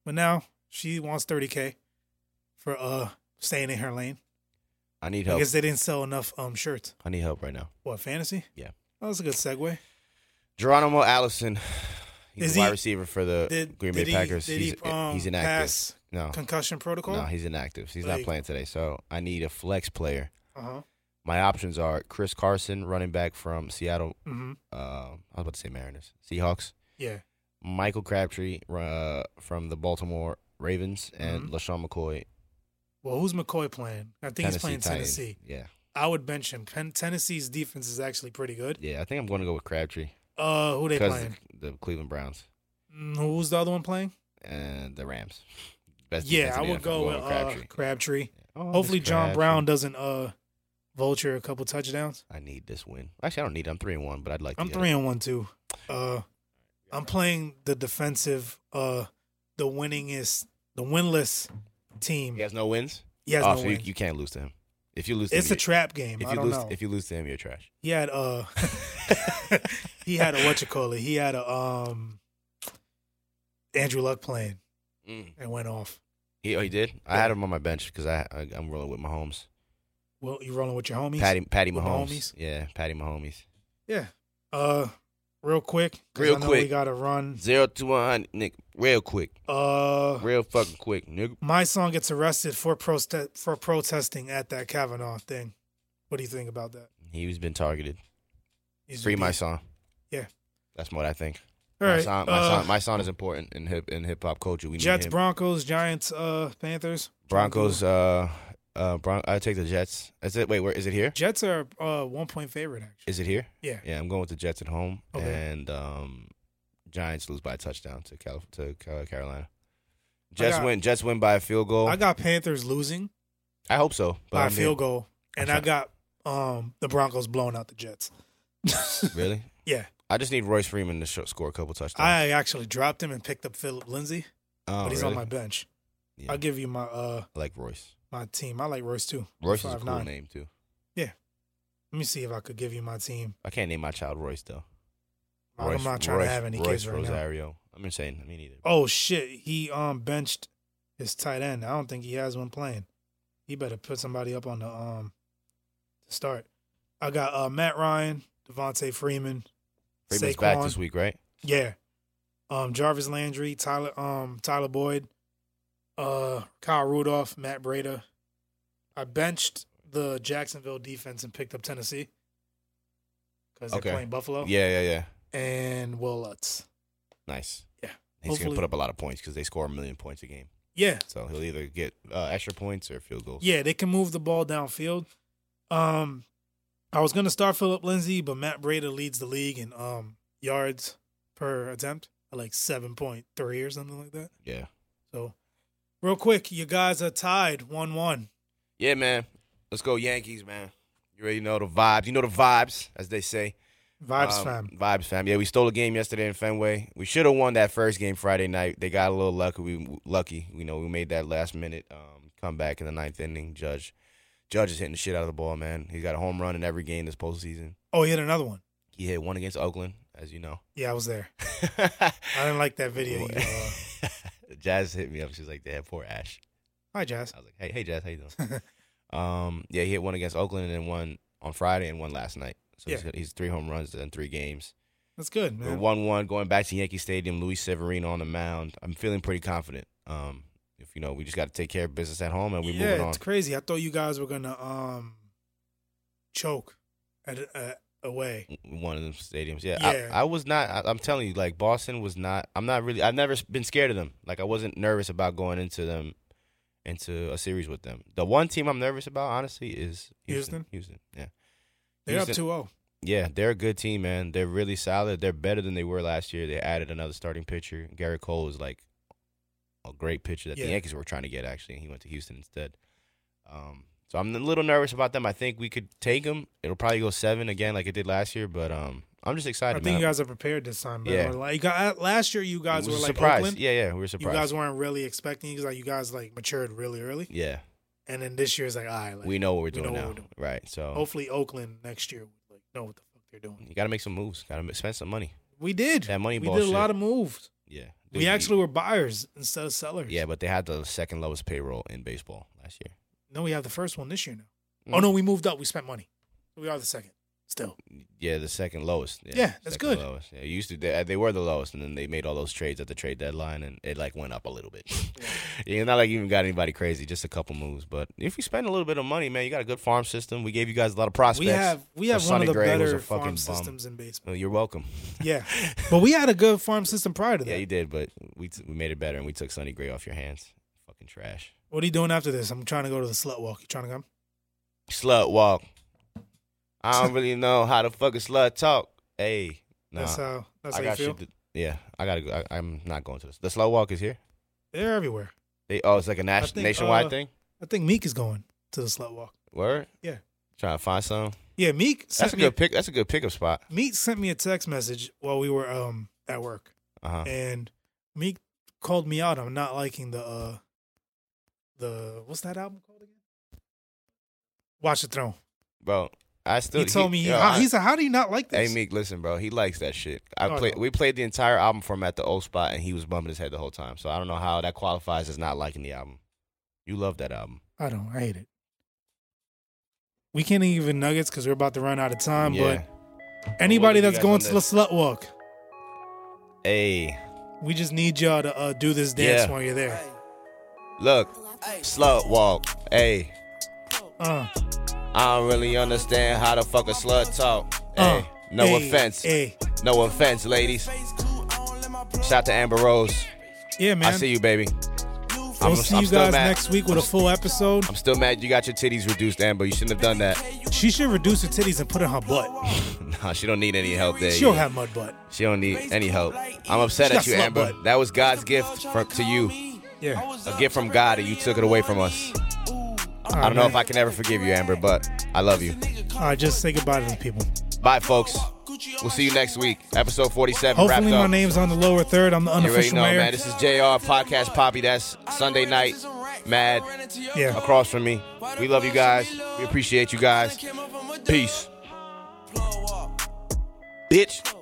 [SPEAKER 1] but now she wants thirty k for uh staying in her lane
[SPEAKER 2] I need help.
[SPEAKER 1] because they didn't sell enough um shirts.
[SPEAKER 2] I need help right now.
[SPEAKER 1] What fantasy?
[SPEAKER 2] Yeah. Uh,
[SPEAKER 1] that was a good segue.
[SPEAKER 2] Geronimo Allison. He's
[SPEAKER 1] Is
[SPEAKER 2] a wide
[SPEAKER 1] he-
[SPEAKER 2] receiver for the
[SPEAKER 1] did-
[SPEAKER 2] Green Bay
[SPEAKER 1] did he-
[SPEAKER 2] Packers.
[SPEAKER 1] did
[SPEAKER 2] he's, eh,
[SPEAKER 1] he, um,
[SPEAKER 2] he's inactive.
[SPEAKER 1] pass
[SPEAKER 2] no,
[SPEAKER 1] Concussion protocol.
[SPEAKER 2] no, he's inactive. He's not
[SPEAKER 1] Like-
[SPEAKER 2] playing today. So I need a flex player.
[SPEAKER 1] uh huh.
[SPEAKER 2] My options are Chris Carson, running back from Seattle.
[SPEAKER 1] hmm
[SPEAKER 2] Uh, I was about to say Mariners, Seahawks.
[SPEAKER 1] Yeah.
[SPEAKER 2] Michael Crabtree uh, from the Baltimore Ravens
[SPEAKER 1] Mm-hmm.
[SPEAKER 2] and LaShawn McCoy.
[SPEAKER 1] Well, who's McCoy playing? I think he's playing
[SPEAKER 2] Titans.
[SPEAKER 1] Tennessee.
[SPEAKER 2] Yeah,
[SPEAKER 1] I would bench him. Penn, Tennessee's defense is actually pretty good.
[SPEAKER 2] yeah. I think I'm going to go with Crabtree
[SPEAKER 1] Uh, who they
[SPEAKER 2] because
[SPEAKER 1] playing?
[SPEAKER 2] the, the Cleveland Browns
[SPEAKER 1] Mm, Who's the other one playing?
[SPEAKER 2] and the Rams. Best
[SPEAKER 1] yeah,
[SPEAKER 2] defense in
[SPEAKER 1] I
[SPEAKER 2] the
[SPEAKER 1] would
[SPEAKER 2] NFL.
[SPEAKER 1] go
[SPEAKER 2] I'm
[SPEAKER 1] with
[SPEAKER 2] going
[SPEAKER 1] Crabtree. Uh, Crabtree.
[SPEAKER 2] Oh, Miss
[SPEAKER 1] Hopefully, John
[SPEAKER 2] Crabtree.
[SPEAKER 1] Brown doesn't uh vulture a couple touchdowns.
[SPEAKER 2] I need this win. Actually, I don't need. it. I'm three and one, but I'd like.
[SPEAKER 1] I'm
[SPEAKER 2] to get
[SPEAKER 1] three
[SPEAKER 2] it.
[SPEAKER 1] and one too. Uh, I'm playing the defensive, uh, the winningest, the winless team.
[SPEAKER 2] He has no wins.
[SPEAKER 1] He has
[SPEAKER 2] oh,
[SPEAKER 1] no
[SPEAKER 2] so you,
[SPEAKER 1] win.
[SPEAKER 2] you can't lose to him. If you lose, to
[SPEAKER 1] It's
[SPEAKER 2] him,
[SPEAKER 1] a trap game.
[SPEAKER 2] If
[SPEAKER 1] I
[SPEAKER 2] you
[SPEAKER 1] don't
[SPEAKER 2] lose,
[SPEAKER 1] know.
[SPEAKER 2] if you lose to him, you're trash.
[SPEAKER 1] he had uh, he had a what you call it. He had a um, Andrew Luck playing
[SPEAKER 2] Mm.
[SPEAKER 1] and went off.
[SPEAKER 2] He, oh, he did. I had him on my bench because I, I I'm rolling with Mahomes.
[SPEAKER 1] Well, you rolling with your homies?
[SPEAKER 2] Patty Patty
[SPEAKER 1] With
[SPEAKER 2] Mahomes.
[SPEAKER 1] Mahomes.
[SPEAKER 2] Yeah, Patty Mahomes.
[SPEAKER 1] Yeah. Uh, real quick. 'cause
[SPEAKER 2] Real
[SPEAKER 1] I know We
[SPEAKER 2] quick.
[SPEAKER 1] gotta run.
[SPEAKER 2] Zero to one hundred, Nick. Real quick,
[SPEAKER 1] Uh,
[SPEAKER 2] real fucking quick, nigga.
[SPEAKER 1] my son gets arrested for prote- for protesting at that Kavanaugh thing. What do you think about that?
[SPEAKER 2] He's been targeted.
[SPEAKER 1] He's
[SPEAKER 2] Free my
[SPEAKER 1] being-
[SPEAKER 2] son.
[SPEAKER 1] Yeah.
[SPEAKER 2] that's what I think.
[SPEAKER 1] All
[SPEAKER 2] my
[SPEAKER 1] right.
[SPEAKER 2] son, my,
[SPEAKER 1] uh,
[SPEAKER 2] son, my son is important in hip in hip hop culture. We
[SPEAKER 1] Jets,
[SPEAKER 2] need him.
[SPEAKER 1] Broncos, Giants, uh, Panthers.
[SPEAKER 2] Broncos. Uh, uh, Bron- I take the Jets. Is it? Wait, where is it here?
[SPEAKER 1] Jets are uh one point favorite actually.
[SPEAKER 2] Is it here?
[SPEAKER 1] Yeah.
[SPEAKER 2] Yeah, I'm going with the Jets at home,
[SPEAKER 1] Okay.
[SPEAKER 2] and um, Giants lose by a touchdown to Cal- to Cal- Carolina. Jets
[SPEAKER 1] got-
[SPEAKER 2] win. Jets win by a field goal.
[SPEAKER 1] I
[SPEAKER 2] I,
[SPEAKER 1] got Panthers losing
[SPEAKER 2] hope so.
[SPEAKER 1] by
[SPEAKER 2] I
[SPEAKER 1] a field goal, and
[SPEAKER 2] I'm
[SPEAKER 1] I got um the Broncos blowing out the Jets.
[SPEAKER 2] Really?
[SPEAKER 1] Yeah,
[SPEAKER 2] I just need Royce Freeman to sh- score a couple touchdowns.
[SPEAKER 1] I actually dropped him and picked up Philip Lindsay,
[SPEAKER 2] oh,
[SPEAKER 1] but he's on my
[SPEAKER 2] really?
[SPEAKER 1] bench.
[SPEAKER 2] Yeah.
[SPEAKER 1] I'll give you my uh
[SPEAKER 2] I like Royce.
[SPEAKER 1] my team. I like Royce too.
[SPEAKER 2] Royce is a
[SPEAKER 1] 5'9".
[SPEAKER 2] cool name too.
[SPEAKER 1] Let me see if I could give you my team.
[SPEAKER 2] I can't name my child Royce though.
[SPEAKER 1] I'm
[SPEAKER 2] Royce,
[SPEAKER 1] not trying
[SPEAKER 2] Royce,
[SPEAKER 1] to have any
[SPEAKER 2] Royce
[SPEAKER 1] kids right now.
[SPEAKER 2] Rosario. I'm insane. Me neither.
[SPEAKER 1] Oh shit, he um benched his tight end. I don't think he has one playing. He better put somebody up on the um to start. I got uh Matt Ryan, Devontae Freeman,
[SPEAKER 2] Freeman's
[SPEAKER 1] Saquon.
[SPEAKER 2] back this week, right?
[SPEAKER 1] Yeah. Um Jarvis Landry, Tyler um Tyler Boyd, uh Kyle Rudolph, Matt Breda. I benched the Jacksonville defense and picked up Tennessee. Because they're
[SPEAKER 2] Okay.
[SPEAKER 1] playing Buffalo.
[SPEAKER 2] Yeah, yeah, yeah.
[SPEAKER 1] And Will Lutz.
[SPEAKER 2] Nice.
[SPEAKER 1] Yeah.
[SPEAKER 2] He's gonna
[SPEAKER 1] Hopefully-
[SPEAKER 2] put up a lot of points because they score a million points a game.
[SPEAKER 1] Yeah.
[SPEAKER 2] So he'll either get uh, extra points or field goals.
[SPEAKER 1] Yeah, they can move the ball downfield. Um, I was gonna start Philip Lindsay, but Matt Breda leads the league in um yards per attempt, at like seven point three or something like that.
[SPEAKER 2] Yeah.
[SPEAKER 1] So, real quick, you guys are tied one one.
[SPEAKER 2] Yeah, man. Let's go Yankees, man. You already know the vibes. You know the vibes, as they say.
[SPEAKER 1] Vibes
[SPEAKER 2] Um,
[SPEAKER 1] fam.
[SPEAKER 2] Vibes fam. Yeah, we stole a game yesterday in Fenway. We should have won that first game Friday night. They got a little lucky. We lucky. You know, we made that last minute um, comeback in the ninth inning. Judge, Judge is hitting the shit out of the ball, man. He's got a home run in every game this postseason.
[SPEAKER 1] Oh, he had another one.
[SPEAKER 2] He hit one against Oakland, as you know.
[SPEAKER 1] Yeah, I was there. I didn't like that video. You, uh,
[SPEAKER 2] Jazz hit me up. She's like, "Damn, poor Ash."
[SPEAKER 1] hi, Jazz.
[SPEAKER 2] I was like, "Hey, hey, Jazz, how you doing?" um, yeah, he hit one against Oakland and then one on Friday and one last night. So he's,
[SPEAKER 1] Yeah.
[SPEAKER 2] he's three home runs in three games.
[SPEAKER 1] That's good,
[SPEAKER 2] We're
[SPEAKER 1] man.
[SPEAKER 2] one one going back to Yankee Stadium. Luis Severino on the mound. I'm feeling pretty confident. Um, if you know, we just got to take care of business at home and we are
[SPEAKER 1] yeah,
[SPEAKER 2] moving on.
[SPEAKER 1] it's crazy. I thought you guys were gonna um choke at uh, away.
[SPEAKER 2] one of them stadiums. Yeah,
[SPEAKER 1] Yeah.
[SPEAKER 2] I, I was not. I, I'm telling you, like Boston was not. I'm not really. I've never been scared of them. Like I wasn't nervous about going into them, into a series with them. The one team I'm nervous about, honestly, is Houston. Houston. Yeah.
[SPEAKER 1] They're up oh.
[SPEAKER 2] Houston-
[SPEAKER 1] 2-0.
[SPEAKER 2] Yeah, they're a good team, man. They're really solid. They're better than they were last year. They added another starting pitcher. Garrett Cole is like a great pitcher that
[SPEAKER 1] Yeah.
[SPEAKER 2] the Yankees were trying to get actually, and he went to Houston instead. Um, so I'm a little nervous about them. I think we could take them. It'll probably go seven again, like it did last year. But um, I'm just
[SPEAKER 1] I
[SPEAKER 2] excited.
[SPEAKER 1] think you
[SPEAKER 2] man.
[SPEAKER 1] guys are prepared this time. Man.
[SPEAKER 2] Yeah.
[SPEAKER 1] Yeah. Like uh, last year, you guys
[SPEAKER 2] It
[SPEAKER 1] were
[SPEAKER 2] was a
[SPEAKER 1] like
[SPEAKER 2] surprise.
[SPEAKER 1] Oakland.
[SPEAKER 2] Yeah, yeah, we were
[SPEAKER 1] You
[SPEAKER 2] surprised.
[SPEAKER 1] guys weren't really expecting because like you guys like matured really early,
[SPEAKER 2] yeah,
[SPEAKER 1] and then this year is like, all right, like,
[SPEAKER 2] we know what we're doing
[SPEAKER 1] know what
[SPEAKER 2] now,
[SPEAKER 1] we're doing.
[SPEAKER 2] right? So
[SPEAKER 1] hopefully Oakland next year will like know what the fuck they're doing.
[SPEAKER 2] you got to make some moves. Got to spend some money.
[SPEAKER 1] We did.
[SPEAKER 2] That money
[SPEAKER 1] We
[SPEAKER 2] ball
[SPEAKER 1] did a
[SPEAKER 2] shit.
[SPEAKER 1] lot of moves.
[SPEAKER 2] Yeah,
[SPEAKER 1] we
[SPEAKER 2] Dude,
[SPEAKER 1] actually were buyers instead of sellers.
[SPEAKER 2] Yeah, but they had the second lowest payroll in baseball last year. Mm.
[SPEAKER 1] No, we have the first one this year now. Oh no, we moved up. We spent money. We are the second. Still,
[SPEAKER 2] Yeah, the second lowest. Yeah,
[SPEAKER 1] Yeah, that's
[SPEAKER 2] second
[SPEAKER 1] good.
[SPEAKER 2] Lowest. Yeah, used to they, they were the lowest, and then they made all those trades at the trade deadline, and it like went up a little bit. yeah, not like you even got anybody crazy, just a couple moves. But if you spend a little bit of money, man, you got a good farm system. We gave you guys a lot of prospects.
[SPEAKER 1] we have we have
[SPEAKER 2] So
[SPEAKER 1] one
[SPEAKER 2] Sonny
[SPEAKER 1] of the
[SPEAKER 2] Gray was
[SPEAKER 1] better
[SPEAKER 2] a fucking
[SPEAKER 1] farm
[SPEAKER 2] bum.
[SPEAKER 1] systems in baseball.
[SPEAKER 2] Well, you're welcome.
[SPEAKER 1] Yeah, but we had a good farm system prior to that.
[SPEAKER 2] Yeah, you did, but we t- we made it better, and we took Sonny Gray off your hands. Fucking trash.
[SPEAKER 1] what are you doing after this? I'm trying to go to the slut walk. You trying to come?
[SPEAKER 2] Slut walk. I don't really know how to fucking slut talk. Hey, nah,
[SPEAKER 1] That's how that's
[SPEAKER 2] I
[SPEAKER 1] how you
[SPEAKER 2] got
[SPEAKER 1] feel.
[SPEAKER 2] shit. To, yeah, I gotta go. I, I'm not going to this. The slut walk is here.
[SPEAKER 1] They're everywhere.
[SPEAKER 2] They oh, it's like a nas-
[SPEAKER 1] think,
[SPEAKER 2] nationwide
[SPEAKER 1] uh,
[SPEAKER 2] thing.
[SPEAKER 1] I think Meek is going to the slut walk.
[SPEAKER 2] Word.
[SPEAKER 1] Yeah.
[SPEAKER 2] Trying to find some.
[SPEAKER 1] Yeah, Meek
[SPEAKER 2] That's
[SPEAKER 1] sent
[SPEAKER 2] a
[SPEAKER 1] me a,
[SPEAKER 2] good pick. That's a good pickup spot.
[SPEAKER 1] Meek sent me a text message while we were um at work,
[SPEAKER 2] Uh huh.
[SPEAKER 1] and Meek called me out. I'm not liking the uh the what's that album called again? Watch the Throne.
[SPEAKER 2] Bro, I still.
[SPEAKER 1] he told me he,
[SPEAKER 2] yo,
[SPEAKER 1] how,
[SPEAKER 2] I-
[SPEAKER 1] he said, "How do you not like this?"
[SPEAKER 2] Hey Meek, listen, bro. He likes that shit. I
[SPEAKER 1] No, I
[SPEAKER 2] play.
[SPEAKER 1] don't.
[SPEAKER 2] We played the entire album for him at the old spot, and he was bumping his head the whole time. So I don't know how that qualifies as not liking the album. You love that album.
[SPEAKER 1] I don't. I hate it. We can't even nuggets because we're about to run out of time.
[SPEAKER 2] yeah.
[SPEAKER 1] But anybody
[SPEAKER 2] do you
[SPEAKER 1] that's
[SPEAKER 2] guys
[SPEAKER 1] going
[SPEAKER 2] want
[SPEAKER 1] to the
[SPEAKER 2] this?
[SPEAKER 1] slut walk,
[SPEAKER 2] Hey,
[SPEAKER 1] we just need y'all to uh, do this dance
[SPEAKER 2] Yeah.
[SPEAKER 1] while you're there.
[SPEAKER 2] look, slut walk. Hey,
[SPEAKER 1] Uh,
[SPEAKER 2] I don't really understand how the fuck a slut talk.
[SPEAKER 1] uh,
[SPEAKER 2] Hey, no
[SPEAKER 1] hey,
[SPEAKER 2] offense.
[SPEAKER 1] Hey,
[SPEAKER 2] No offense, ladies. Shout out to Amber Rose.
[SPEAKER 1] yeah, man.
[SPEAKER 2] I see you, baby.
[SPEAKER 1] We'll
[SPEAKER 2] I'm-
[SPEAKER 1] see
[SPEAKER 2] I'm
[SPEAKER 1] you
[SPEAKER 2] still
[SPEAKER 1] guys
[SPEAKER 2] mad.
[SPEAKER 1] next week with a full episode.
[SPEAKER 2] I'm still mad you got your titties reduced, Amber. You shouldn't have done that.
[SPEAKER 1] She should reduce her titties and put in her butt.
[SPEAKER 2] nah, she don't need any help there.
[SPEAKER 1] She'll
[SPEAKER 2] yeah.
[SPEAKER 1] have mud butt.
[SPEAKER 2] She don't need any help. I'm upset
[SPEAKER 1] She
[SPEAKER 2] at
[SPEAKER 1] got
[SPEAKER 2] you,
[SPEAKER 1] slut
[SPEAKER 2] Amber.
[SPEAKER 1] butt.
[SPEAKER 2] That was God's gift for, to you.
[SPEAKER 1] Yeah.
[SPEAKER 2] A gift from God, and you took it away from us. I don't know if I can ever forgive you, Amber, but I love you.
[SPEAKER 1] All right, just say goodbye to the people.
[SPEAKER 2] Bye, folks. We'll see you next week. Episode 47 wrapped
[SPEAKER 1] Hopefully, my
[SPEAKER 2] up.
[SPEAKER 1] name's on the lower third. I'm the
[SPEAKER 2] you already
[SPEAKER 1] unofficial
[SPEAKER 2] know,
[SPEAKER 1] mayor.
[SPEAKER 2] man. This is JR Podcast Poppy. That's Sunday night. Mad
[SPEAKER 1] Yeah.
[SPEAKER 2] across from me. We love you guys. We appreciate you guys. Peace. Bitch.